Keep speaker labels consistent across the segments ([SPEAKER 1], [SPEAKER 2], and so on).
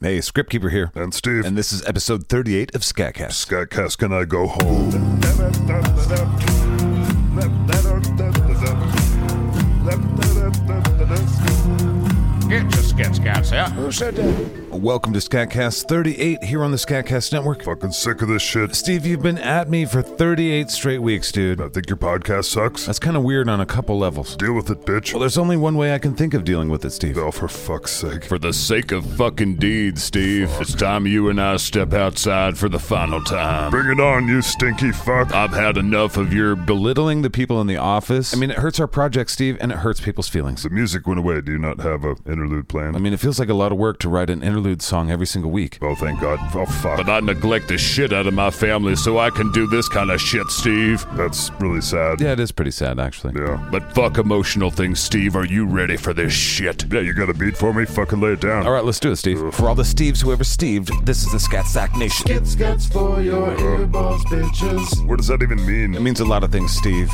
[SPEAKER 1] Hey, Script Keeper here.
[SPEAKER 2] And Steve.
[SPEAKER 1] And this is episode 38 of Scatcast.
[SPEAKER 2] Scott Cass, can I go home?
[SPEAKER 3] Get your skits, cats, yeah?
[SPEAKER 1] Welcome to Scatcast 38 here on the Scatcast Network.
[SPEAKER 2] Fucking sick of this shit.
[SPEAKER 1] Steve, you've been at me for 38 straight weeks, dude.
[SPEAKER 2] I think your podcast sucks.
[SPEAKER 1] That's kind of weird on a couple levels.
[SPEAKER 2] Deal with it, bitch.
[SPEAKER 1] Well, there's only one way I can think of dealing with it, Steve.
[SPEAKER 2] Oh, for fuck's sake.
[SPEAKER 3] For the sake of fucking deeds, Steve, it's time you and I step outside for the final time.
[SPEAKER 2] Bring it on, you stinky fuck.
[SPEAKER 3] I've had enough of your bel-
[SPEAKER 1] Belittling the people in the office. I mean, it hurts our project, Steve, and it hurts people's feelings.
[SPEAKER 2] The music went away. Do you not have a interlude
[SPEAKER 1] I
[SPEAKER 2] planned?
[SPEAKER 1] mean, it feels like a lot of work to write an interlude song every single week.
[SPEAKER 2] Oh, thank God. Oh, fuck.
[SPEAKER 3] But I neglect the shit out of my family so I can do this kind of shit, Steve.
[SPEAKER 2] That's really sad.
[SPEAKER 1] Yeah, it is pretty sad, actually.
[SPEAKER 2] Yeah.
[SPEAKER 3] But fuck emotional things, Steve. Are you ready for this shit?
[SPEAKER 2] Yeah, you got a beat for me? Fucking lay it down.
[SPEAKER 1] All right, let's do it, Steve. For all the Steves who ever Steved, this is the Scat Sack Nation.
[SPEAKER 4] Skits for your earballs, bitches.
[SPEAKER 2] What does that even
[SPEAKER 1] It
[SPEAKER 2] mean?
[SPEAKER 1] means a lot of things, Steve.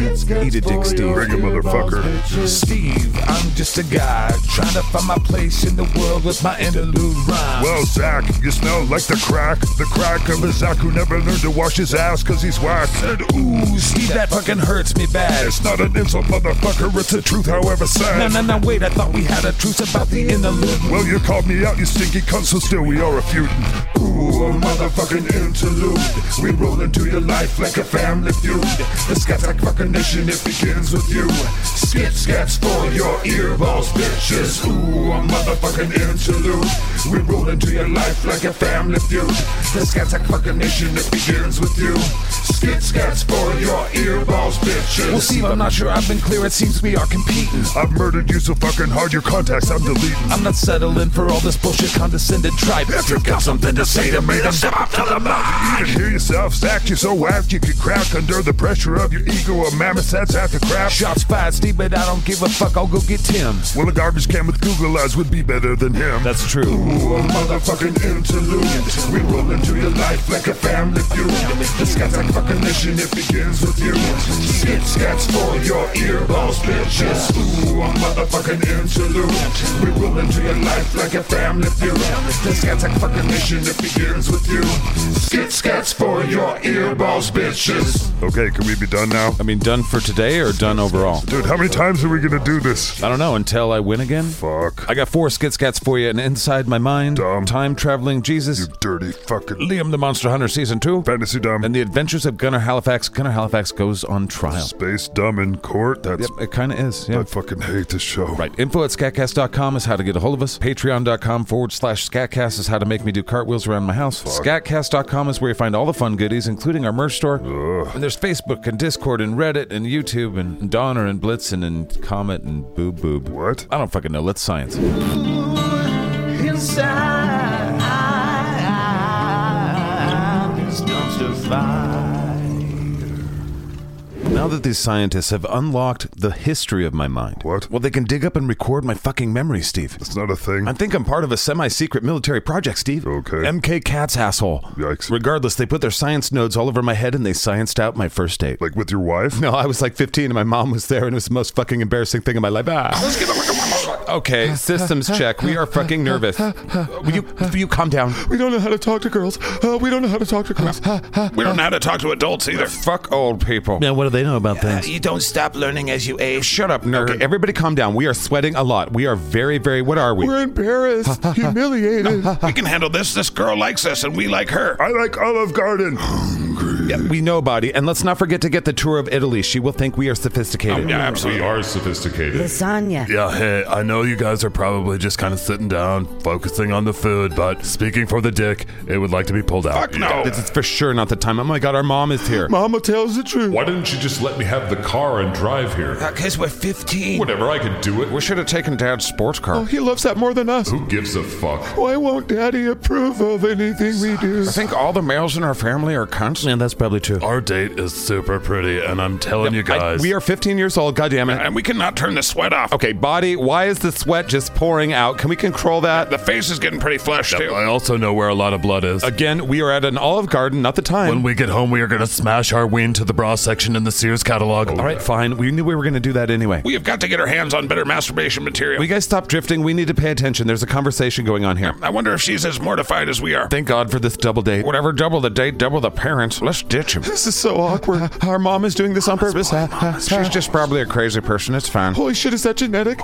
[SPEAKER 1] Eat a dick, Steve.
[SPEAKER 2] Bring it, motherfucker.
[SPEAKER 4] Steve, I'm just a guy trying to find my place in the world with my interlude rhyme.
[SPEAKER 2] Well, Zach, you smell like the crack. The crack of a Zach who never learned to wash his ass cause he's whack. And ooh,
[SPEAKER 4] Ooh, Steve, that fucking hurts me bad.
[SPEAKER 2] it's not an insult, motherfucker. It's the truth, however sad.
[SPEAKER 4] No, no, no, wait, I thought we had a truce about the interlude.
[SPEAKER 2] Well, you called me out, you stinky cunt, so still we are a feudin'. Ooh, a motherfucking interlude. We roll into your life like a family feud. The Scatsack fucking nation, it begins with you. Skip scats for your earballs, bitches. Ooh, a motherfucking interlude. We roll into your life like a family feud. The Scatsack fucking nation, it begins with you. Skip scats for your earballs, bitches.
[SPEAKER 4] Well, Steve, I'm not sure I've been clear. It seems we are competing.
[SPEAKER 2] I've murdered you so fucking hard, your contacts I'm deleting.
[SPEAKER 4] I'm not settling for all this bullshit condescended tribe. If you've got something to say to me, then step up to the mic.
[SPEAKER 2] You can hear yourself sacked, you're so whacked you could crack under the pressure of your ego. A mammoth sets out the crap.
[SPEAKER 4] Shots fired, Steve, but I don't give a fuck. I'll go get Tim's.
[SPEAKER 2] Well, a garbage can with Google eyes would be better than him.
[SPEAKER 1] That's true.
[SPEAKER 2] Ooh, a motherfucking interlude. We roll into your life like a family feud. The Scatsack fucking nation, it begins with you. Skip scats for your earballs, bitches. Ooh, a motherfucking interlude. We roll into your life like a family feud. The Scatsack fucking nation, it begins with you. Skip scats for your earballs, bitches. Okay, can we be done now?
[SPEAKER 1] I mean, done for today or done overall?
[SPEAKER 2] Dude, how many times are we gonna do this?
[SPEAKER 1] I don't know, until I win again?
[SPEAKER 2] Fuck.
[SPEAKER 1] I got four skit scats for you, and inside my mind,
[SPEAKER 2] Dumb.
[SPEAKER 1] time traveling Jesus,
[SPEAKER 2] Dirty fucking
[SPEAKER 1] Liam the Monster Hunter season two,
[SPEAKER 2] fantasy dumb.
[SPEAKER 1] and the adventures of Gunnar Halifax. Gunnar Halifax goes on trial.
[SPEAKER 2] Space dumb in court. That's
[SPEAKER 1] Yep, it kind of is. Yeah.
[SPEAKER 2] I fucking hate this show.
[SPEAKER 1] Right. Info at scatcast.com is how to get a hold of us. Patreon.com forward slash scatcast is how to make me do cartwheels around my house. Scatcast.com is where you find all the fun goodies, including our merch store. And there's Facebook and Discord and Reddit and YouTube and Donner and Blitzen and Comet and Boob Boob.
[SPEAKER 2] What?
[SPEAKER 1] I don't fucking know. Let's science. Now that these scientists have unlocked the history of my mind.
[SPEAKER 2] What?
[SPEAKER 1] Well, they can dig up and record my fucking memory, Steve.
[SPEAKER 2] It's not a thing.
[SPEAKER 1] I think I'm part of a semi-secret military project, Steve.
[SPEAKER 2] Okay.
[SPEAKER 1] MK Cat's asshole.
[SPEAKER 2] Yikes.
[SPEAKER 1] Regardless, they put their science nodes all over my head and they scienced out my first date.
[SPEAKER 2] like with your wife?
[SPEAKER 1] no, I was like 15 and my mom was there and it was the most fucking embarrassing thing in my life. Ah. Okay, systems check. We are fucking nervous. Will you, will you calm down?
[SPEAKER 5] We don't know how to talk to girls. Uh, we don't know how to talk to girls.
[SPEAKER 3] We don't know how to talk to adults either.
[SPEAKER 1] Fuck old people.
[SPEAKER 6] Now, what do they know about things?
[SPEAKER 5] You don't stop learning as you age.
[SPEAKER 1] Shut up, nerd. Okay, everybody calm down. We are sweating a lot. We are very, very, what are we?
[SPEAKER 5] We're embarrassed, humiliated.
[SPEAKER 3] We can handle this. This girl likes us and we like her.
[SPEAKER 2] I like Olive Garden.
[SPEAKER 1] we nobody. And let's not forget to get the tour of Italy. She will think we are
[SPEAKER 5] Oh,
[SPEAKER 1] sophisticated.
[SPEAKER 3] Yeah, absolutely.
[SPEAKER 7] are sophisticated.
[SPEAKER 8] Lasagna.
[SPEAKER 7] Yeah, hey, I know you guys are probably just kind of sitting down, focusing on the food, but speaking for the dick, it would like to be pulled out.
[SPEAKER 3] Fuck no.
[SPEAKER 1] This is for sure not the time. Oh my god, our mom is here.
[SPEAKER 5] Mama tells the truth.
[SPEAKER 7] Why didn't you just let me have the car and drive here?
[SPEAKER 5] Because we're 15.
[SPEAKER 7] Whatever, I could do it.
[SPEAKER 1] We should have taken Dad's sports car.
[SPEAKER 5] Oh, he loves that more than us.
[SPEAKER 7] Who gives a fuck?
[SPEAKER 5] Why won't Daddy approve of anything we do?
[SPEAKER 1] I think all the males in our family are cunts.
[SPEAKER 6] Man, that's
[SPEAKER 1] probably true.
[SPEAKER 9] Our date is super pretty, and I'm telling you
[SPEAKER 6] I-
[SPEAKER 9] guys.
[SPEAKER 6] we are 15 years old. God damn it!
[SPEAKER 3] And we cannot turn the sweat off.
[SPEAKER 6] Okay, body. Why is the sweat just pouring out? Can we control that?
[SPEAKER 3] The face is getting pretty flushed, too.
[SPEAKER 9] I also know where a lot of blood is.
[SPEAKER 6] Again, we are at an Olive Garden, not the
[SPEAKER 9] When
[SPEAKER 6] time.
[SPEAKER 9] we get home, we are going to smash our ween to the bra section in the Sears catalog.
[SPEAKER 1] All right, fine. We knew we were going to do that anyway.
[SPEAKER 3] We have got to get our hands on better masturbation material.
[SPEAKER 1] Will you guys stop drifting? We need to pay attention. There's a conversation going on here.
[SPEAKER 3] I wonder if she's as mortified as we are.
[SPEAKER 1] Thank God for this double date.
[SPEAKER 6] Whatever, double the date, double the parents. Let's ditch him. This is so awkward. Our mom is doing this on purpose.
[SPEAKER 1] She's just probably a crazy person. It's fine.
[SPEAKER 6] Holy shit, is that genetic?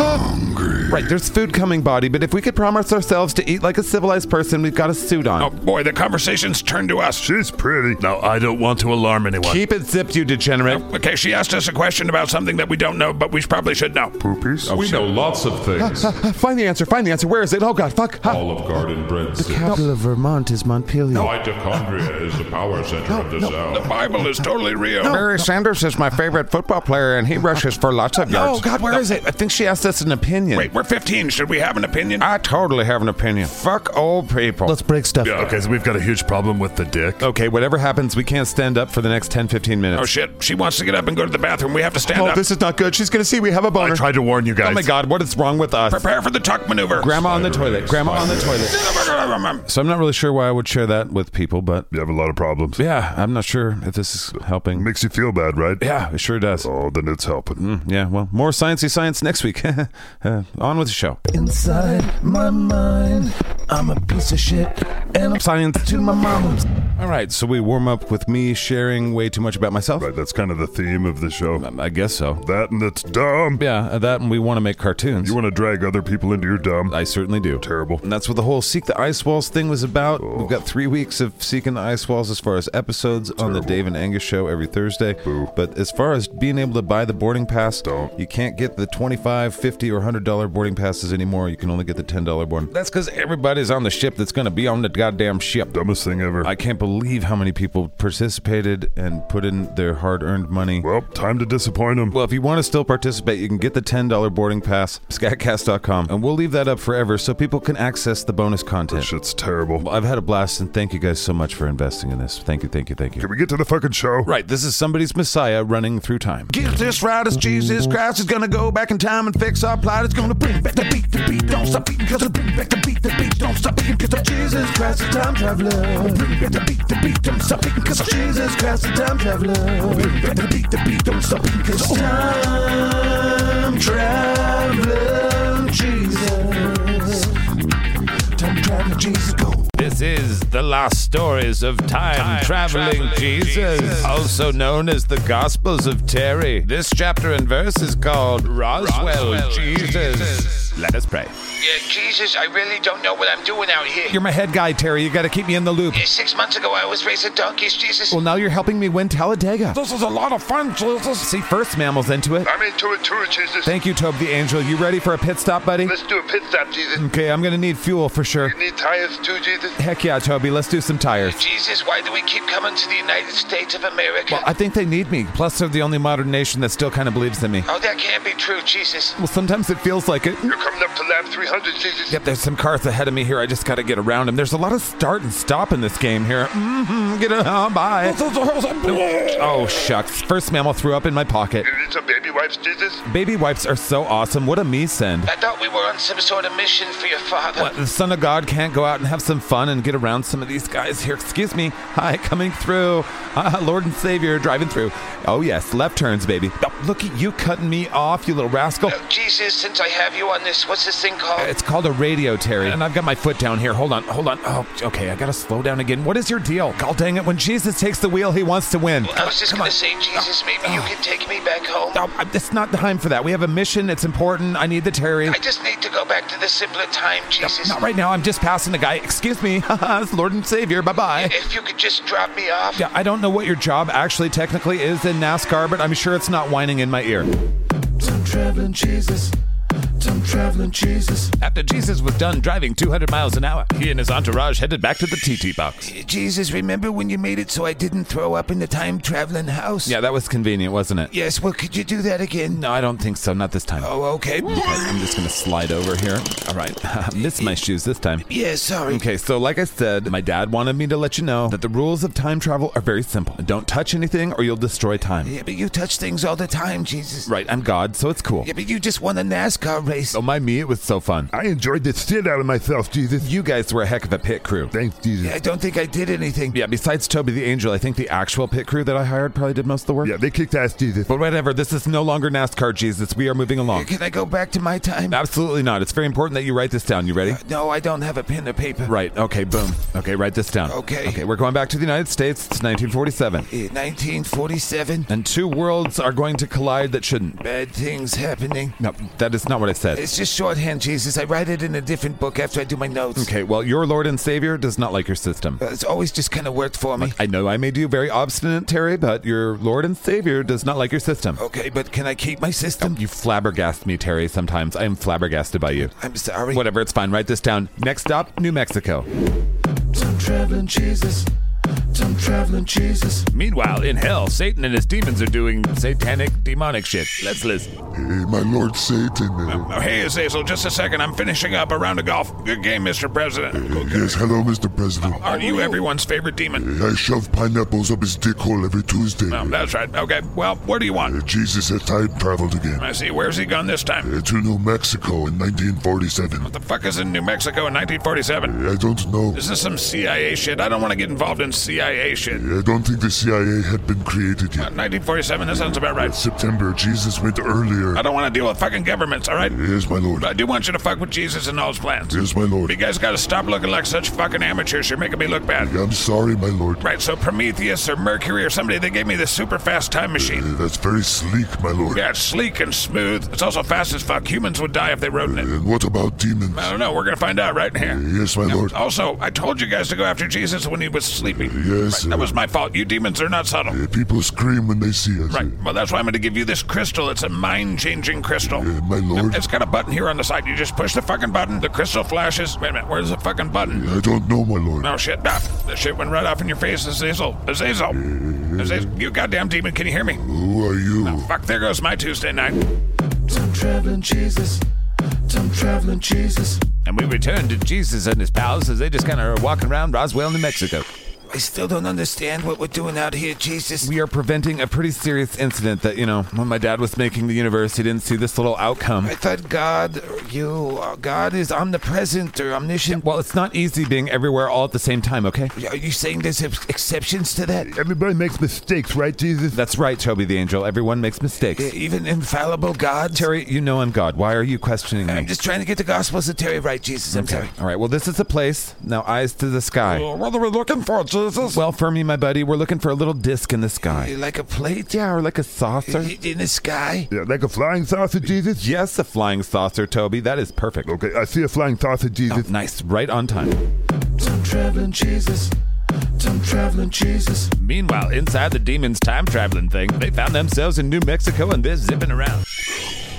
[SPEAKER 1] Right, there's food coming, body, but if we could promise ourselves to eat like a civilized person, we've got a suit on.
[SPEAKER 3] Oh boy, the conversation's turned to us.
[SPEAKER 9] She's pretty. Now, I don't want to alarm anyone.
[SPEAKER 1] Keep it zipped, you degenerate.
[SPEAKER 3] Okay, she asked us a question about something that we don't know, but we probably should know.
[SPEAKER 10] Poopies? we know lots of things.
[SPEAKER 6] Find the answer. Find the answer. Where is it? Oh god, fuck. Ha.
[SPEAKER 10] Olive Garden bread soup.
[SPEAKER 1] Capital of Vermont is Montpelier.
[SPEAKER 10] Mitochondria is the power center of the cell.
[SPEAKER 3] The Bible is totally real.
[SPEAKER 1] Barry Sanders is my favorite football player, and he rushes for lots of yards.
[SPEAKER 6] Oh god, where is it?
[SPEAKER 1] I think she asked us an opinion.
[SPEAKER 3] Wait, we're 15. Should we have an opinion?
[SPEAKER 1] I totally have an opinion. Fuck old people.
[SPEAKER 11] Let's break stuff.
[SPEAKER 9] Okay, so we've got a huge problem with the dick.
[SPEAKER 1] okay, whatever happens, we can't stand up for the next 10, 15 minutes.
[SPEAKER 3] oh shit, she wants to get up and go to the bathroom. We have to stand
[SPEAKER 6] Oh,
[SPEAKER 3] up.
[SPEAKER 6] this is not good. She's gonna see we have a
[SPEAKER 9] I
[SPEAKER 6] boner.
[SPEAKER 9] tried to warn you guys.
[SPEAKER 1] oh my god, what is wrong with us?
[SPEAKER 3] Prepare for the tuck maneuver.
[SPEAKER 1] Grandma on the toilet. Grandma on the toilet. So I'm not really sure why I would share that with people, but
[SPEAKER 9] You have a lot of problems.
[SPEAKER 1] yeah, I'm not sure if this is helping.
[SPEAKER 9] Makes you feel bad, right?
[SPEAKER 1] Yeah, it sure does. Mm,
[SPEAKER 9] Oh, then it's helping.
[SPEAKER 1] Yeah, well, more sciencey science next week. uh, on with the show.
[SPEAKER 12] Inside my mind, I'm a piece of shit, and I'm
[SPEAKER 1] Science.
[SPEAKER 12] to my mama's.
[SPEAKER 1] All right, so we warm up with me sharing way too much about myself.
[SPEAKER 9] Right, that's kind of the theme of the show.
[SPEAKER 1] Um, I guess so.
[SPEAKER 9] That and it's dumb.
[SPEAKER 1] Yeah, uh, that and we want to make cartoons.
[SPEAKER 9] You want to drag other people into your dumb.
[SPEAKER 1] I certainly do.
[SPEAKER 9] Terrible. Oh.
[SPEAKER 1] And that's what the whole Seek the Ice Walls thing was about. We've got three weeks of Seeking the Ice Walls as far as episodes on the Dave and Angus show every Thursday. But as far as being able to buy the boarding pass,
[SPEAKER 9] Don't.
[SPEAKER 1] you can't get the 25 50 or $100 boarding passes anymore. You can only get the $10 one. That's because everybody's on the ship that's going to be on the goddamn ship.
[SPEAKER 9] Dumbest thing ever.
[SPEAKER 1] I can't believe how many people participated and put in their hard earned money.
[SPEAKER 9] well, time to disappoint them.
[SPEAKER 1] Well, if you want to still participate, you can get the $10 boarding pass, scatcast.com, and we'll leave that up forever so people can access the bonus content.
[SPEAKER 9] Shit's terrible.
[SPEAKER 1] I've had a blast, and thank you guys so much for investing in this. Thank you, thank you, thank you.
[SPEAKER 9] Can we get to the fucking show?
[SPEAKER 1] Right, this is somebody's Messiah running through time.
[SPEAKER 12] Get this right as Jesus Christ is gonna go back in time and fix our plot. It's gonna bring back the beat, the beat, don't stop beating, cause it'll bring back the beat, the beat, don't stop beating, cause I'm Jesus Christ, a time traveler. Bring back the beat, the beat, don't stop beating, cause I'm Jesus Christ, a time traveler. Bring back the beat, the beat, don't stop beating, cause I'm time traveler, Jesus. Time traveler, Jesus, go.
[SPEAKER 13] This is the last stories of time, traveling, Jesus, also known as the Gospels of Terry. This chapter and verse is called Roswell, Jesus. Let us pray.
[SPEAKER 14] Yeah, Jesus, I really don't know what I'm doing out here.
[SPEAKER 1] You're my head guy, Terry. You got to keep me in the loop.
[SPEAKER 14] Yeah, Six months ago, I was racing donkeys, Jesus.
[SPEAKER 1] Well, now you're helping me win Talladega.
[SPEAKER 6] This is a lot of fun, Jesus.
[SPEAKER 1] See, first mammal's into it.
[SPEAKER 10] I'm into it too, Jesus.
[SPEAKER 1] Thank you, Tobe the Angel. You ready for a pit stop, buddy?
[SPEAKER 10] Let's do a pit stop, Jesus.
[SPEAKER 1] Okay, I'm gonna need fuel for sure.
[SPEAKER 10] Need tires too, Jesus.
[SPEAKER 1] Heck yeah, Toby. Let's do some tires.
[SPEAKER 14] Jesus, why do we keep coming to the United States of America?
[SPEAKER 1] I think they need me. Plus, they're the only modern nation that still kind of believes in me.
[SPEAKER 14] oh, that can't be true, Jesus.
[SPEAKER 1] Well, sometimes it feels like it.
[SPEAKER 10] You're coming up to lap 300, Jesus.
[SPEAKER 1] Yep, there's some cars ahead of me here. I just gotta get around them. There's a lot of start and stop in this game here. Mm-hmm, get it on by. Oh, shucks. First mammal threw up in my pocket.
[SPEAKER 10] You need some baby wipes, Jesus.
[SPEAKER 1] Baby wipes are so awesome. What a me send.
[SPEAKER 14] I thought we were on some sort of mission for your father.
[SPEAKER 1] What, the son of God can't go out and have some fun and get around some of these guys here. Excuse me. Hi, coming through. Ah, Lord and Savior driving through. Oh, yes, left turns, baby. Oh, look at you cutting me off, you little rascal.
[SPEAKER 14] Oh, Jesus, since I have you on this, what's this thing called?
[SPEAKER 1] It's called a radio, Terry. And I've got my foot down here. Hold on, hold on. Oh, okay, I gotta slow down again. What is your deal? God dang it, when Jesus takes the wheel, he wants to win.
[SPEAKER 14] I was just gonna say, Jesus, maybe you
[SPEAKER 1] Oh.
[SPEAKER 14] can take me back home.
[SPEAKER 1] No, I- it's not time for that. We have a mission, it's important. I need the Terry.
[SPEAKER 14] I just need to go back to the simpler time, Jesus.
[SPEAKER 1] Not right now, I'm just passing a guy. Excuse me. it's Lord and Savior. Bye bye.
[SPEAKER 14] If you could just drop me off.
[SPEAKER 1] Yeah, I don't know what your job actually technically is in NASCAR, but I'm sure it's not whining in my ear.
[SPEAKER 12] Time traveling, Jesus. Time
[SPEAKER 15] traveling Jesus.
[SPEAKER 1] After Jesus was done driving 200 miles an hour, he and his entourage headed back to the TT box.
[SPEAKER 14] Jesus, remember when you made it so I didn't throw up in the time traveling house?
[SPEAKER 1] Yeah, that was convenient, wasn't it?
[SPEAKER 14] Yes, well, could you do that again?
[SPEAKER 1] No, I don't think so. Not this time.
[SPEAKER 14] Oh, okay.
[SPEAKER 1] I'm just gonna slide over here. All right, missed my shoes this time.
[SPEAKER 14] Yeah, sorry.
[SPEAKER 1] Okay, so like I said, my dad wanted me to let you know that the rules of time travel are very simple. Don't touch anything or you'll destroy time.
[SPEAKER 14] Yeah, but you touch things all the time, Jesus.
[SPEAKER 1] Right, I'm God, so it's cool.
[SPEAKER 14] Yeah, but you just won a NASCAR race.
[SPEAKER 1] Oh my me, it was so fun.
[SPEAKER 15] I enjoyed the shit out of myself, Jesus.
[SPEAKER 1] You guys were a heck of a pit crew.
[SPEAKER 15] Thanks, Jesus.
[SPEAKER 14] I don't think I did anything.
[SPEAKER 1] Yeah, besides Toby the Angel, I think the actual pit crew that I hired probably did most of the work.
[SPEAKER 15] Yeah, they kicked ass, Jesus.
[SPEAKER 1] But whatever, this is no longer NASCAR Jesus. We are moving along.
[SPEAKER 14] Can I go back to my time? Uh,
[SPEAKER 1] Absolutely not. It's very important that you write this down. You ready?
[SPEAKER 14] No, I don't have a pen or paper.
[SPEAKER 1] Right. Okay, boom. Okay, write this down.
[SPEAKER 14] Okay.
[SPEAKER 1] Okay, we're going back to the United States. It's 1947.
[SPEAKER 14] Eh, 1947.
[SPEAKER 1] And two worlds are going to collide that shouldn't.
[SPEAKER 14] Bad things happening.
[SPEAKER 1] No, that is not what I said.
[SPEAKER 14] It's just shorthand, Jesus. I write it in a different book after I do my notes.
[SPEAKER 1] Okay, well, your Lord and Savior does not like your system.
[SPEAKER 14] Uh, It's always just kind of worked for me.
[SPEAKER 1] I know I made you very obstinate, Terry, but your Lord and Savior does not like your system. Oh,
[SPEAKER 14] Okay, but can I keep my system?
[SPEAKER 1] You flabbergast me, Terry, sometimes. I am flabbergasted by you.
[SPEAKER 14] I'm sorry.
[SPEAKER 1] Whatever, it's fine. Write this down. Next stop, New Mexico.
[SPEAKER 15] Time traveling Jesus. Time traveling Jesus.
[SPEAKER 1] Meanwhile, in hell, Satan and his demons are doing satanic, demonic shit. Let's listen.
[SPEAKER 15] Hey, my Lord Satan. uh,
[SPEAKER 6] Oh,
[SPEAKER 1] Hey, Cecil, just a second. I'm finishing up a round of golf. Good game, Mr. President.
[SPEAKER 15] Yes, hello, Mr. President.
[SPEAKER 1] Aren't you everyone's favorite demon?
[SPEAKER 15] I shove pineapples up his dick hole every Tuesday.
[SPEAKER 1] That's right. Okay, well, what do you want?
[SPEAKER 15] Uh, Jesus had time traveled again
[SPEAKER 1] I see. Where's he gone this time?
[SPEAKER 15] uh, to New Mexico in 1947.
[SPEAKER 1] The fuck is in New Mexico in 1947?
[SPEAKER 15] I don't know.
[SPEAKER 1] Is this some CIA shit? I don't want to get involved in CIA shit.
[SPEAKER 15] I don't think the CIA had been created yet.
[SPEAKER 1] 1947, that sounds about
[SPEAKER 15] In
[SPEAKER 1] right.
[SPEAKER 15] September, Jesus went earlier.
[SPEAKER 1] I don't want to deal with fucking governments, alright?
[SPEAKER 15] Yes, my lord.
[SPEAKER 1] But I do want you to fuck with Jesus and all his plans.
[SPEAKER 15] Yes, my lord.
[SPEAKER 1] You guys gotta stop looking like such fucking amateurs. You're making me look bad.
[SPEAKER 15] I'm sorry, my lord.
[SPEAKER 1] Right, so Prometheus or Mercury or somebody, they gave me this super fast time machine.
[SPEAKER 15] Uh, That's very sleek, my lord.
[SPEAKER 1] Yeah, it's sleek and smooth. It's also fast as fuck. Humans would die if they rode in it.
[SPEAKER 15] And what about demons?
[SPEAKER 1] I don't know. We're gonna find out right here.
[SPEAKER 15] Yes, my lord.
[SPEAKER 1] Also, I told you guys to go after Jesus when he was sleeping.
[SPEAKER 15] Yes.
[SPEAKER 1] That was my fault. You demons are not subtle.
[SPEAKER 15] Uh, People scream when they see us.
[SPEAKER 1] Right. Well, that's why I'm going to give you this crystal. It's a mind-changing crystal.
[SPEAKER 15] Uh, My lord,
[SPEAKER 1] It's got a button here on the side. You just push the fucking button. The crystal flashes. Wait a minute. Where's the fucking button?
[SPEAKER 15] I don't know, my lord.
[SPEAKER 1] No shit. Ah, the shit went right off in your face, Azazel. Azazel. Azazel. You goddamn demon. Can you hear me?
[SPEAKER 15] Who are you?
[SPEAKER 1] Fuck. There goes my Tuesday night.
[SPEAKER 15] Time traveling Jesus. Time traveling Jesus.
[SPEAKER 1] And we return to Jesus and his pals as they just kind of are walking around Roswell, New Mexico.
[SPEAKER 14] I still don't understand what we're doing out here, Jesus.
[SPEAKER 1] We are preventing a pretty serious incident that, you know, when my dad was making the universe, he didn't see this little outcome.
[SPEAKER 14] I thought God, or you, or God is omnipresent or omniscient.
[SPEAKER 1] Well, it's not easy being everywhere all at the same time, okay?
[SPEAKER 14] Are you saying there's ex- exceptions to that?
[SPEAKER 15] Everybody makes mistakes, right, Jesus?
[SPEAKER 1] That's right, Toby the Angel. Everyone makes mistakes.
[SPEAKER 14] Even infallible God?
[SPEAKER 1] Terry, you know I'm God. Why are you questioning me?
[SPEAKER 14] I'm just trying to get the Gospels of Terry right, Jesus. I'm sorry.
[SPEAKER 1] All right, well, this is the place. Now, eyes to the sky.
[SPEAKER 16] What are we looking for, Jesus?
[SPEAKER 1] Well, Fermi, my buddy, we're looking for a little disc in the sky.
[SPEAKER 14] You're like a plate
[SPEAKER 1] Yeah, or like a saucer.
[SPEAKER 14] in the sky?
[SPEAKER 15] Yeah, like a flying saucer, Jesus?
[SPEAKER 1] Yes, a flying saucer, Toby. That is perfect. Oh,
[SPEAKER 15] Okay, I see a flying saucer, Jesus.
[SPEAKER 1] Nice, right on time.
[SPEAKER 15] Time traveling Jesus. Time traveling Jesus.
[SPEAKER 1] Meanwhile, inside the demon's time traveling thing, they found themselves in New Mexico and they're zipping around.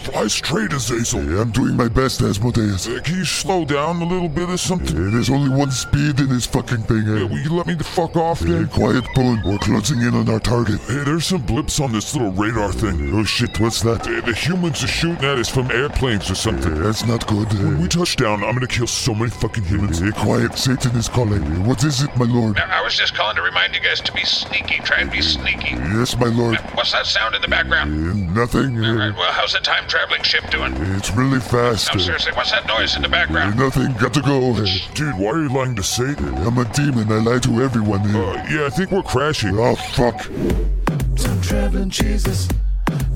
[SPEAKER 15] Fly straight, Azazel. I'm doing my best, Asmodeus.
[SPEAKER 16] Uh, Can you slow down a little bit or something?
[SPEAKER 15] Uh, there's only one speed in this fucking thing, eh?
[SPEAKER 16] Uh, Will you let me the fuck off
[SPEAKER 15] Uh,
[SPEAKER 16] then?
[SPEAKER 15] quiet, Bullen. We're closing in on our target.
[SPEAKER 16] Hey, there's some blips on this little radar thing.
[SPEAKER 15] Oh shit, what's that?
[SPEAKER 16] Uh, The humans are shooting at us from airplanes or
[SPEAKER 15] Uh,
[SPEAKER 16] something.
[SPEAKER 15] that's not good.
[SPEAKER 16] When
[SPEAKER 15] Uh,
[SPEAKER 16] we touch down, I'm gonna kill so many fucking humans.
[SPEAKER 15] uh, quiet, Satan is calling. Uh, what is it, my lord?
[SPEAKER 14] I was just calling to remind you guys to be sneaky. Try and be sneaky.
[SPEAKER 15] Yes, my lord.
[SPEAKER 14] What's that sound in the
[SPEAKER 15] Uh,
[SPEAKER 14] background?
[SPEAKER 15] nothing.
[SPEAKER 14] All
[SPEAKER 15] Uh,
[SPEAKER 14] right, well, how's the time traveling ship doing?
[SPEAKER 15] it's really fast.
[SPEAKER 14] No,
[SPEAKER 15] Uh,
[SPEAKER 14] seriously, what's that noise in the
[SPEAKER 15] uh,
[SPEAKER 14] background?
[SPEAKER 15] nothing. Got to go. Uh,
[SPEAKER 16] Dude, why are you lying to Satan?
[SPEAKER 15] I'm a demon. I lie to everyone. Uh,
[SPEAKER 16] Uh, yeah, I think we're crashing.
[SPEAKER 15] oh fuck. Time traveling Jesus.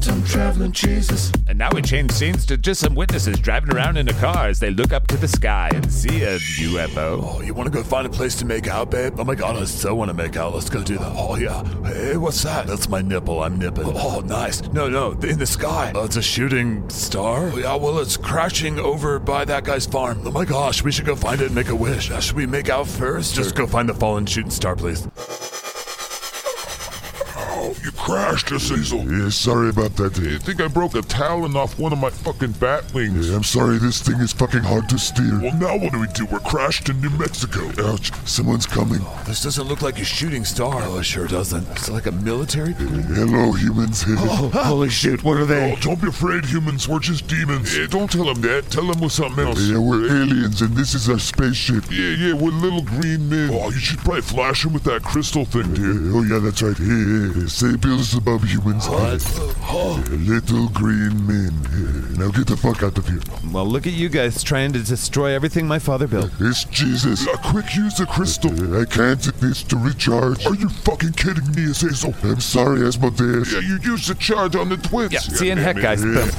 [SPEAKER 15] Time traveling Jesus.
[SPEAKER 1] And now we change scenes to just some witnesses driving around in a car as they look up to the sky and see a UFO.
[SPEAKER 7] Oh, you want to go find a place to make out, babe? Oh my god, I so want to make out. Let's go do that. Oh yeah. Hey, what's that? That's my nipple. I'm nipping. Oh, nice. No, no, in the sky. Oh, it's a shooting star. Oh, yeah, well, it's crashing over by that guy's farm. Oh my gosh, we should go find it and make a wish. Uh, should we make out first? Just go find the fallen shooting star, please.
[SPEAKER 16] Oh, you
[SPEAKER 15] crashed us, Hazel. Yeah, sorry about that. I think I broke a talon off one of my fucking bat wings. Yeah, I'm sorry. This thing is fucking hard to steer. Well, now what do we do? We're crashed in New Mexico. Ouch. Someone's coming.
[SPEAKER 7] This doesn't look like a shooting star. Oh, it sure doesn't. It's like a military.
[SPEAKER 15] Hello, humans.
[SPEAKER 2] holy shit, what are
[SPEAKER 15] Oh, don't be afraid, humans. We're just demons. Yeah, don't tell them that. Tell them we're something else. Yeah, we're aliens, and this is our spaceship. Yeah, yeah, we're little green men. Oh, you should probably flash him with that crystal thing, dear. Oh, yeah, that's right. Hey, hey, say bills above humans.
[SPEAKER 7] Oh,
[SPEAKER 15] Little green men. Now get the fuck out of here.
[SPEAKER 1] Well, look at you guys trying to destroy everything my father built.
[SPEAKER 15] It's Jesus. quick, use the crystal. I can't. It needs to recharge. Are you fucking kidding me, Azazel? I'm sorry, Asmodeus. Yeah, you used the charge on the twins.
[SPEAKER 1] Yeah, see you in heck, guys. Boom.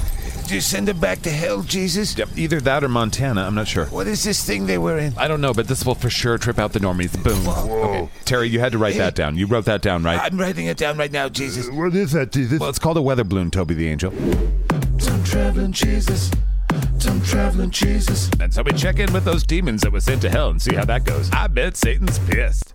[SPEAKER 14] Just send them back to hell, Jesus?
[SPEAKER 1] Yep, either that or Montana. I'm not sure.
[SPEAKER 14] What is this thing they were in?
[SPEAKER 1] I don't know, but this will for sure trip out the normies. Boom. Okay, Terry, you had to write that down. You wrote that down, right?
[SPEAKER 14] I'm writing it down right now, Jesus.
[SPEAKER 2] Uh, What is that, Jesus?
[SPEAKER 1] Well, it's called a weather balloon, Toby the Angel.
[SPEAKER 14] Some traveling Jesus. Some traveling Jesus.
[SPEAKER 1] And so we check in with those demons that were sent to hell and see how that goes. I bet Satan's pissed.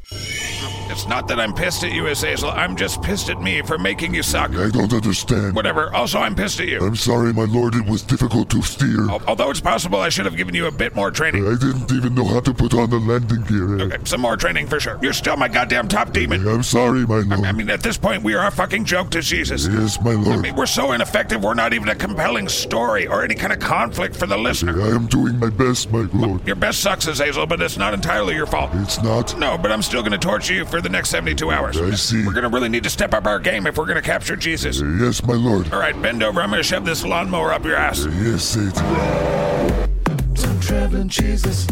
[SPEAKER 6] It's not that I'm pissed at you, Azazel. I'm just pissed at me for making you suck.
[SPEAKER 15] I don't understand.
[SPEAKER 6] Whatever. Also, I'm pissed at you.
[SPEAKER 15] I'm sorry, my lord, it was difficult to steer.
[SPEAKER 6] Al- Although it's possible I should have given you a bit more training.
[SPEAKER 15] I didn't even know how to put on the landing gear.
[SPEAKER 6] Okay, some more training for sure. You're still my goddamn top demon.
[SPEAKER 15] I'm sorry, my lord.
[SPEAKER 6] I mean, at this point, we are a fucking joke to Jesus.
[SPEAKER 15] yes, my
[SPEAKER 6] I
[SPEAKER 15] lord.
[SPEAKER 6] mean, we're so ineffective, we're not even a compelling story or any kind of conflict for the listener.
[SPEAKER 15] I am doing my best, my lord.
[SPEAKER 6] Your best sucks, Azazel, but it's not entirely your fault.
[SPEAKER 15] It's not.
[SPEAKER 6] No, but I'm still going to torture you for the next 72 hours.
[SPEAKER 15] I see.
[SPEAKER 6] We're going to really need to step up our game if we're going to capture Jesus.
[SPEAKER 15] Yes, my lord.
[SPEAKER 6] All right, bend over. I'm going to shove this lawnmower up your ass.
[SPEAKER 15] Yes, it.
[SPEAKER 14] Some traveling Jesus.